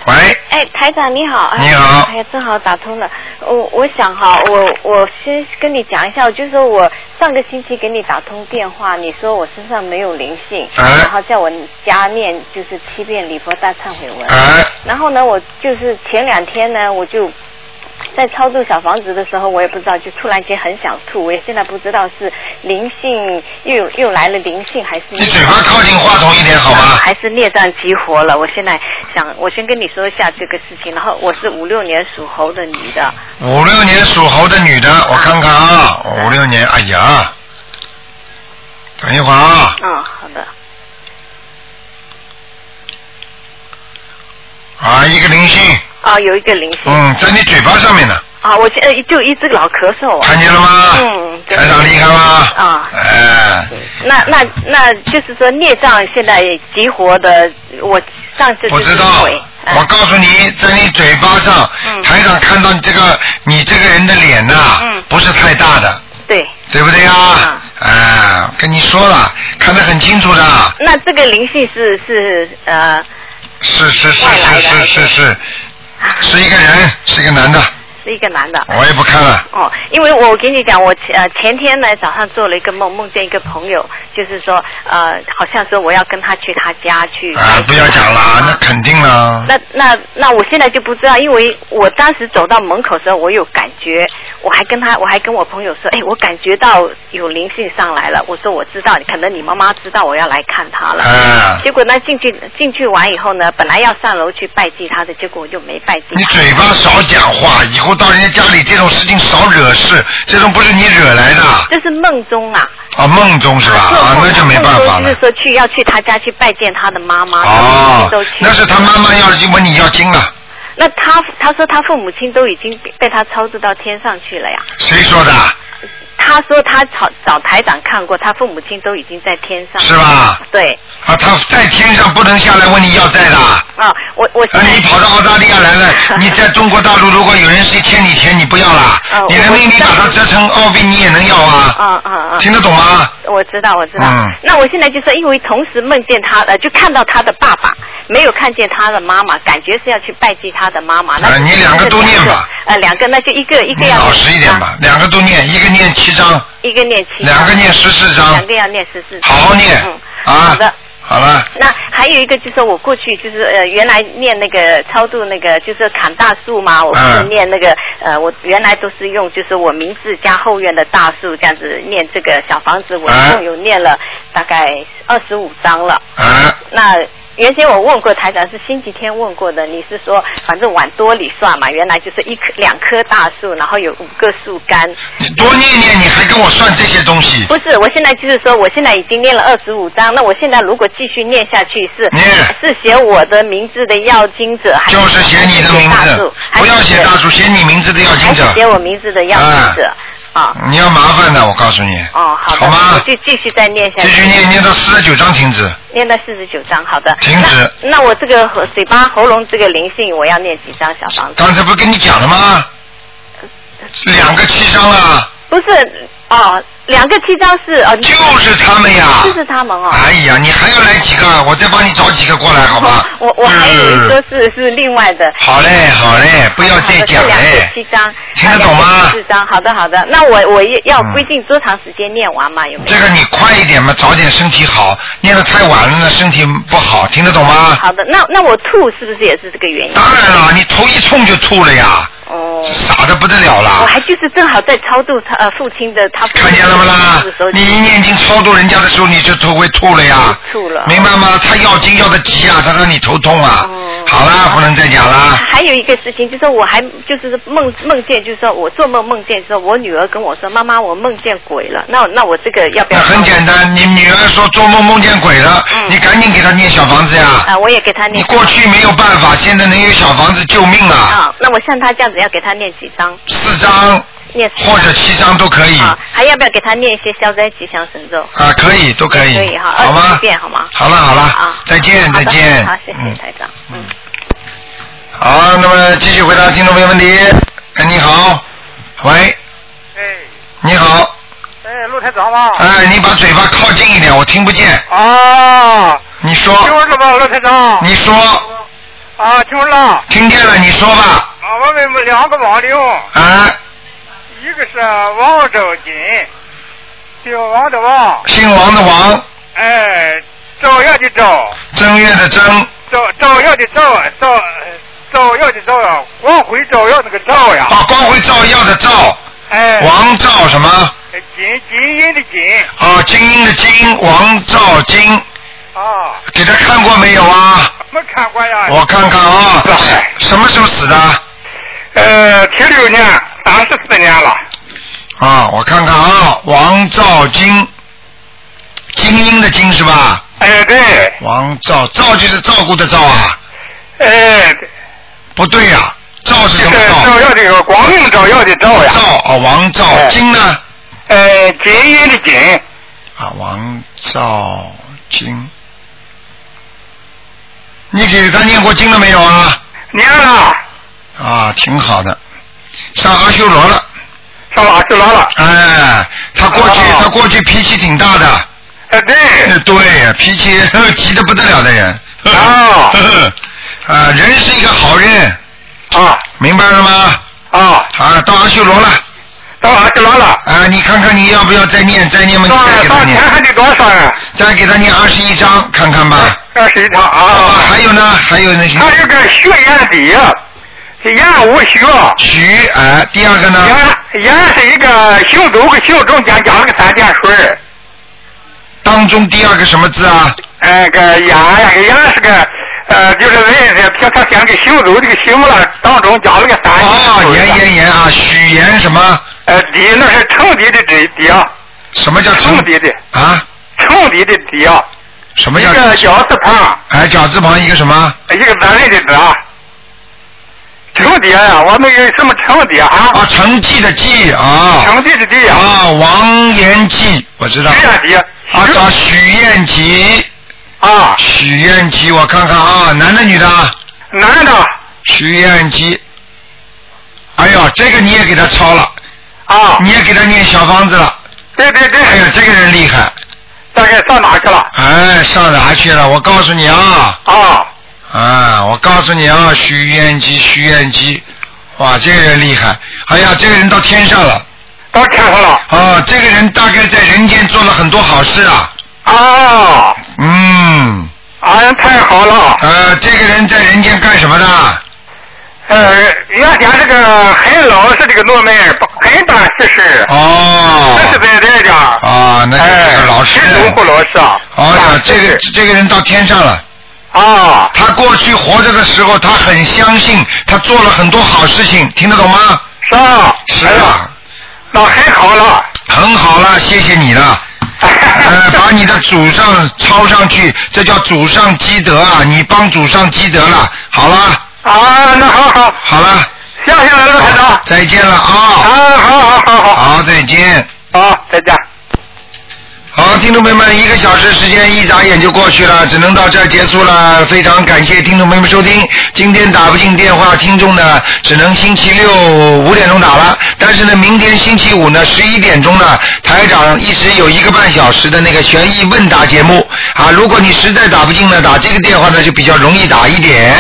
Speaker 1: 喂，
Speaker 4: 哎，台长你好。哎
Speaker 1: 你好
Speaker 4: 哎呀，正好打通了。我我想哈，我我先跟你讲一下，就是说我上个星期给你打通电话，你说我身上没有灵性，
Speaker 1: 哎
Speaker 4: 然后叫我加念就是七遍礼佛大忏悔文。
Speaker 5: 嗯
Speaker 1: 哎，
Speaker 4: 然后呢，我就是前两天呢，我就在操作小房子的时候，我也不知道，就突然间很想吐，我也现在不知道是灵性又又来了灵性还是
Speaker 1: 你嘴巴靠近话筒一点好吗？
Speaker 4: 还是孽障激活了。我现在想，我先跟你说一下这个事情。然后我是五六年属猴的女的，
Speaker 1: 五六年属猴的女的，我看看啊，五六年，哎呀，等一会儿啊，
Speaker 4: 嗯，好的，
Speaker 1: 啊，一个灵性，
Speaker 4: 啊，有一个灵性，
Speaker 1: 嗯，在你嘴巴上面呢，
Speaker 4: 啊，我现在就一直老咳嗽啊。
Speaker 1: 看见了吗？
Speaker 4: 嗯对
Speaker 1: 台长厉害吗？
Speaker 4: 啊
Speaker 1: 哎，
Speaker 4: 那那那就是说孽障现在激活的，我上次
Speaker 1: 我知道
Speaker 4: 就是嗯腿，
Speaker 1: 我告诉你，在你嘴巴上，
Speaker 4: 嗯
Speaker 1: 台长看到你这个你这个人的脸呐、
Speaker 4: 嗯
Speaker 1: 不是太大的，
Speaker 4: 对。
Speaker 1: 对不对呀、啊
Speaker 4: 啊？
Speaker 1: 跟你说了，看得很清楚的，
Speaker 4: 那这个灵性是是呃
Speaker 1: 是是是
Speaker 4: 外来
Speaker 1: 是是
Speaker 4: 的
Speaker 1: 是是，是一个人，是一个男的，
Speaker 4: 啊是一个男的。
Speaker 1: 我也不看了。
Speaker 4: 哦，因为我跟你讲，我前呃前天呢早上做了一个梦，梦见一个朋友，就是说呃，好像说我要跟他去他家去。
Speaker 1: 啊，不要讲了，那肯定了。
Speaker 4: 那那那我现在就不知道，因为我当时走到门口的时候，我有感觉，我还跟他，我还跟我朋友说，哎，我感觉到有灵性上来了。我说我知道，可能你妈妈知道我要来看他了。
Speaker 1: 啊，
Speaker 4: 结果呢，进去进去完以后呢，本来要上楼去拜祭他的，结果我就没拜祭
Speaker 1: 你
Speaker 4: 他。
Speaker 1: 嘴巴少讲话，以后到人家家里这种事情少惹事，这种不是你惹来的
Speaker 4: 这是梦中啊，
Speaker 1: 啊，梦中是吧？
Speaker 4: 做
Speaker 1: 啊，
Speaker 4: 梦
Speaker 1: 那就没办法
Speaker 4: 梦中就
Speaker 1: 了
Speaker 4: 是。说去要去他家去拜见他的妈妈，他父母亲
Speaker 1: 哦
Speaker 4: 都去，
Speaker 1: 那是他妈妈要问你要经了，
Speaker 4: 那他他说他父母亲都已经被他超度到天上去了呀。
Speaker 1: 谁说的？
Speaker 4: 他说他找找台长看过，他父母亲都已经在天上。
Speaker 1: 是吧？
Speaker 4: 对，
Speaker 1: 啊，他在天上不能下来问你要债的。啊，
Speaker 4: 啊，我我现在
Speaker 1: 你跑到澳大利亚来 [LAUGHS] 了，你在中国大陆如果有人是欠你钱，你不要啦
Speaker 4: 哦，
Speaker 1: 你人民币把它折成澳币，你也能要啊，
Speaker 4: 啊啊啊！
Speaker 1: 听得懂吗？
Speaker 4: 我知道，我知道。
Speaker 1: 嗯
Speaker 4: 那我现在就说，因为同时梦见他呃，就看到他的爸爸，没有看见他的妈妈，感觉是要去拜祭他的妈妈。那
Speaker 1: 啊
Speaker 4: 就
Speaker 1: 你两个都念吧。
Speaker 4: 呃，两个，那就一个一个
Speaker 1: 你
Speaker 4: 啊要。
Speaker 1: 老实一点吧，两个都念，一个念七章，
Speaker 4: 啊。一个念七。
Speaker 1: 两个。念十四章
Speaker 4: 两，个要念十四章。
Speaker 1: 好好念
Speaker 4: 嗯，
Speaker 1: 啊
Speaker 4: 好的。。
Speaker 1: 好了，
Speaker 4: 那还有一个就是我过去就是呃原来念那个超度那个就是砍大树嘛，我不是
Speaker 1: 嗯
Speaker 4: 念那个、呃我原来都是用就是我名字加后院的大树这样子念这个小房子，我一共有念了大概二十五章了。
Speaker 1: 啊，
Speaker 4: 那原先我问过台长是星期天问过的，你是说反正往多里算嘛，原来就是一棵两棵大树，然后有五个树干，
Speaker 1: 你多念念，你还跟我算这些东西，
Speaker 4: 不是，我现在就是说，我现在已经念了二十五章，那我现在如果继续念下去是
Speaker 1: 念
Speaker 4: 是写我的名字的要经者，还
Speaker 1: 就是写你的名
Speaker 4: 还是写
Speaker 1: 字
Speaker 4: 大树，
Speaker 1: 不要写大，数，写你名字的要经
Speaker 4: 还是写
Speaker 1: 者
Speaker 4: 还是，写我名字的要经者啊。
Speaker 1: 你要麻烦的，我告诉你。
Speaker 4: 哦，好的，
Speaker 1: 好吗
Speaker 4: 我就继续再念下
Speaker 1: 继
Speaker 4: 去，
Speaker 1: 续念，念到四十九章停止。
Speaker 4: 念到四十九章，好的。
Speaker 1: 停止
Speaker 4: 那那我这个喉嘴巴、喉咙这个灵性，我要念几张小房子？
Speaker 1: 刚才不是跟你讲了吗？两个七伤了，
Speaker 4: 不是，哦，
Speaker 6: 两个七张是哦，
Speaker 1: 就是他们呀
Speaker 6: 就是他们哦。
Speaker 1: 哎呀，你还要来几个？我再帮你找几个过来，好吧？
Speaker 6: 我我还有一个是、是另外的，
Speaker 1: 好嘞，好嘞，不要再讲
Speaker 6: 好的啊这
Speaker 4: 啊
Speaker 6: 两
Speaker 1: 嘞
Speaker 6: 个。七张，
Speaker 1: 听得懂吗
Speaker 6: 四张，好的好的，那我我也要规定多长时间念完嘛？有没有？
Speaker 1: 这个你快一点嘛，早点身体好。念得太晚了呢，身体不好，听得懂吗？
Speaker 6: 好的，那那我吐是不是也是这个原因？
Speaker 1: 当然了，你头一冲就吐了呀，
Speaker 6: 哦，
Speaker 1: 傻的不得了
Speaker 6: 我
Speaker 4: 哎
Speaker 1: 啦！
Speaker 6: 还就是正好在超度他呃父亲的他
Speaker 1: 啊看见了不啦
Speaker 6: 的时候？
Speaker 1: 你一念经超度人家的时候，你就头会吐了呀，
Speaker 6: 吐
Speaker 4: 嗯
Speaker 6: 了。
Speaker 1: 明白吗？他要经要的急啊，他让你头痛啊。
Speaker 6: 哦
Speaker 1: 好啦，不能再讲啦。
Speaker 6: 啊
Speaker 4: 嗯
Speaker 6: 还有一个事情，就是我还就是梦梦见，就是说我做梦梦见说，我女儿跟我说：“妈妈，我梦见鬼了。那”那我这个要不
Speaker 1: 那
Speaker 6: 要？
Speaker 1: 很简单，你女儿说做梦梦见鬼了，你赶紧给她念小房子呀。
Speaker 4: 嗯
Speaker 6: 啊，我也给她念。
Speaker 1: 你过去没有办法，现在能有小房子救命
Speaker 4: 嗯
Speaker 1: 啊！
Speaker 6: 啊，那我像她这样子要给她念几张？
Speaker 1: 四张
Speaker 6: 念四张
Speaker 1: 或者七张都可以
Speaker 4: 嗯
Speaker 6: 啊，还要不要给她念一些消灾吉祥神咒？
Speaker 1: 啊，可以都可以，
Speaker 6: 可以哈，
Speaker 1: 好
Speaker 6: 二十
Speaker 1: 吗
Speaker 6: 一？遍好吗？
Speaker 1: 好了好了
Speaker 6: 啊，，
Speaker 1: 再见
Speaker 6: 好
Speaker 1: 再
Speaker 6: 的
Speaker 1: 见。
Speaker 6: 好，谢谢
Speaker 1: 嗯
Speaker 6: 台长。嗯，
Speaker 1: 好，那么继续回答听众朋友问题。哎，你好，喂，
Speaker 7: 哎，
Speaker 1: 你好，
Speaker 7: 哎，陆台长吗？
Speaker 1: 哎，你把嘴巴靠近一点，我听不见。
Speaker 7: 啊，
Speaker 1: 你
Speaker 7: 听
Speaker 1: 说，
Speaker 7: 我了吧，陆台长？
Speaker 1: 哦你说，
Speaker 7: 啊，听我了。
Speaker 1: 听见了，你说吧。
Speaker 7: 啊，我们两个亡灵，
Speaker 1: 啊，
Speaker 7: 一个是王兆金，姓王的王，
Speaker 1: 姓王的王，
Speaker 7: 哎，照耀的照，
Speaker 1: 正月的正，
Speaker 7: 照照耀的照，照照耀的照啊，光辉照耀那个照呀。
Speaker 1: 把光辉照耀的照，
Speaker 7: 哎，
Speaker 1: 啊王照什么？
Speaker 7: 金金银的金
Speaker 1: 啊，精英的精，王照金，
Speaker 7: 啊，
Speaker 1: 给他看过没有啊？
Speaker 7: 没看过呀。
Speaker 1: 我看看啊
Speaker 7: 哎，
Speaker 1: 什么时候死的？
Speaker 7: 呃，七六年，三十四年了。
Speaker 1: 啊，我看看啊，王兆金，精英的精是吧？
Speaker 7: 哎，对，
Speaker 1: 王兆兆就是照顾的照啊，
Speaker 7: 哎，
Speaker 1: 不对呀、啊，兆是
Speaker 7: 就
Speaker 1: 什
Speaker 7: 是
Speaker 1: 么兆？
Speaker 7: 照耀的光明照耀的照呀。
Speaker 1: 兆啊，王兆
Speaker 7: 哎
Speaker 1: 金呢？
Speaker 7: 呃，金银的金，哎
Speaker 1: 啊，王兆金，你给他念过经了没有啊？
Speaker 7: 念了
Speaker 1: 啊，挺好的，上阿修罗了。
Speaker 7: 上阿修罗了。
Speaker 1: 哎，他过去、
Speaker 7: 哦
Speaker 1: 他过去脾气挺大的，
Speaker 7: 哎，对，
Speaker 1: 呃 [LAUGHS] 对，脾气呵呵急得不得了的人。呵呵
Speaker 7: 哦
Speaker 1: 呵呵 [LAUGHS] 啊，人是一个好人，
Speaker 7: 啊
Speaker 1: 明白了吗？
Speaker 7: 啊，
Speaker 1: 啊，到阿修罗了，
Speaker 7: 到阿修罗了。
Speaker 1: 啊，你看看你要不要再念再念嘛？你
Speaker 7: 到
Speaker 1: 再给他
Speaker 7: 到天
Speaker 1: 念，
Speaker 7: 还得多少呀？
Speaker 1: 再给他念二十一章看看吧。
Speaker 7: 二十一条
Speaker 1: 啊，
Speaker 7: 啊。
Speaker 1: 还有呢，还有那些
Speaker 7: 他这个血眼底呀，眼无血，
Speaker 1: 徐哎，第二个呢，
Speaker 7: 眼眼是一个行走和行中间加了个三点水儿。
Speaker 1: 当中第二个什么字啊？
Speaker 7: 哎，个眼呀，个眼是个，呃，就是人家平常讲个行走这个行了，当中加哎了个三
Speaker 1: 哦，
Speaker 7: 点水
Speaker 1: 言
Speaker 7: 儿。
Speaker 1: 言言啊，许言什么？
Speaker 7: 呃，底那是称底的底底啊，
Speaker 1: 什么叫
Speaker 7: 称底的
Speaker 1: 啊？
Speaker 7: 称底的底啊，
Speaker 1: 什么
Speaker 7: 一
Speaker 1: 叫
Speaker 7: 个小字旁，呃
Speaker 1: 哎，脚字旁一个什么？
Speaker 7: 一个责任的啊责。称底啊呀，我们有什么称底
Speaker 1: 啊，
Speaker 7: 啊？
Speaker 1: 成绩的绩啊。
Speaker 7: 称底的底啊，
Speaker 1: 啊，王延吉，我知道。
Speaker 7: 这样底
Speaker 1: 啊，找许愿吉，
Speaker 7: 啊，
Speaker 1: 许愿吉，我看看啊，男的女的啊？
Speaker 7: 男的
Speaker 1: 许愿吉。哎呦，这个你也给他抄了，
Speaker 7: 啊，
Speaker 1: 你也给他念小房子了。
Speaker 7: 对对对，
Speaker 1: 哎呀，这个人厉害，
Speaker 7: 大概上哪去了？
Speaker 1: 哎，上哪去了？我告诉你啊，
Speaker 7: 啊，
Speaker 1: 啊，我告诉你啊，许愿吉，许愿吉，哇，这个人厉害。哎呀，这个人到天上了。
Speaker 7: 到天上了
Speaker 1: 啊，这个人大概在人间做了很多好事啊。
Speaker 7: 啊，
Speaker 1: 嗯，
Speaker 7: 啊，太好了。
Speaker 1: 呃，这个人在人间干什么
Speaker 7: [LAUGHS]
Speaker 1: 的？
Speaker 7: 呃，原先这个很老实这个农民，很懂事实，实实
Speaker 1: 哦，
Speaker 7: 在在的。
Speaker 1: 啊，那就是
Speaker 7: 哎
Speaker 1: 个，老师。
Speaker 7: 十足不老实啊。
Speaker 1: 哦
Speaker 7: 啊
Speaker 1: 呀，这个这个人到天上了。
Speaker 7: 啊，
Speaker 1: 他过去活着的时候，他很相信，他做了很多好事情，听得懂吗？
Speaker 7: 是啊，
Speaker 1: 是
Speaker 7: 哎
Speaker 1: 啊
Speaker 7: 呀，，那很好了。
Speaker 1: 很好了，谢谢你了。
Speaker 7: [LAUGHS]
Speaker 1: 呃，把你的祖上抄上去，这叫祖上积德啊！你帮祖上积德了，好了，
Speaker 7: 啊，那好好，
Speaker 1: 好了。
Speaker 7: 谢谢了，陆台长。
Speaker 1: 再见了
Speaker 7: 啊，
Speaker 1: 啊！
Speaker 7: 好好好好
Speaker 1: 好，再见。
Speaker 7: 好，再见。
Speaker 1: 好，听众朋友们，一个小时时间一眨眼就过去了，只能到这儿结束了。非常感谢听众朋友们收听。今天打不进电话，听众呢只能星期六五点钟打了。但是呢，明天星期五呢十一点钟呢，台长一直有一个半小时的那个悬疑问答节目啊。如果你实在打不进呢，打这个电话呢就比较容易打一点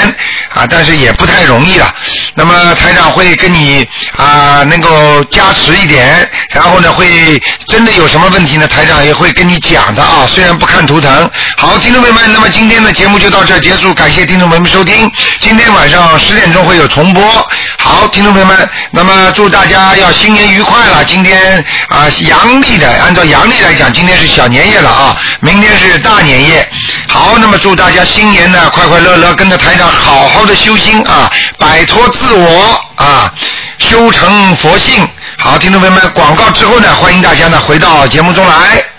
Speaker 1: 啊，但是也不太容易了。那么台长会跟你啊能够加持一点，然后呢会真的有什么问题呢，台长也会跟你讲的啊。虽然不看图腾，好，听众朋友们，那么今天的节目就到这儿结束，感谢听众朋友们收听。今天晚上十点钟会有重播。好，听众朋友们，那么祝大家要新年愉快了。今天啊，阳历的，按照阳历来讲，今天是小年夜了啊，明天是大年夜。好，那么祝大家新年呢快快乐乐，跟着台长好好的修心啊，摆脱自我啊，修成佛性。好，听众朋友们，广告之后呢，欢迎大家呢回到节目中来。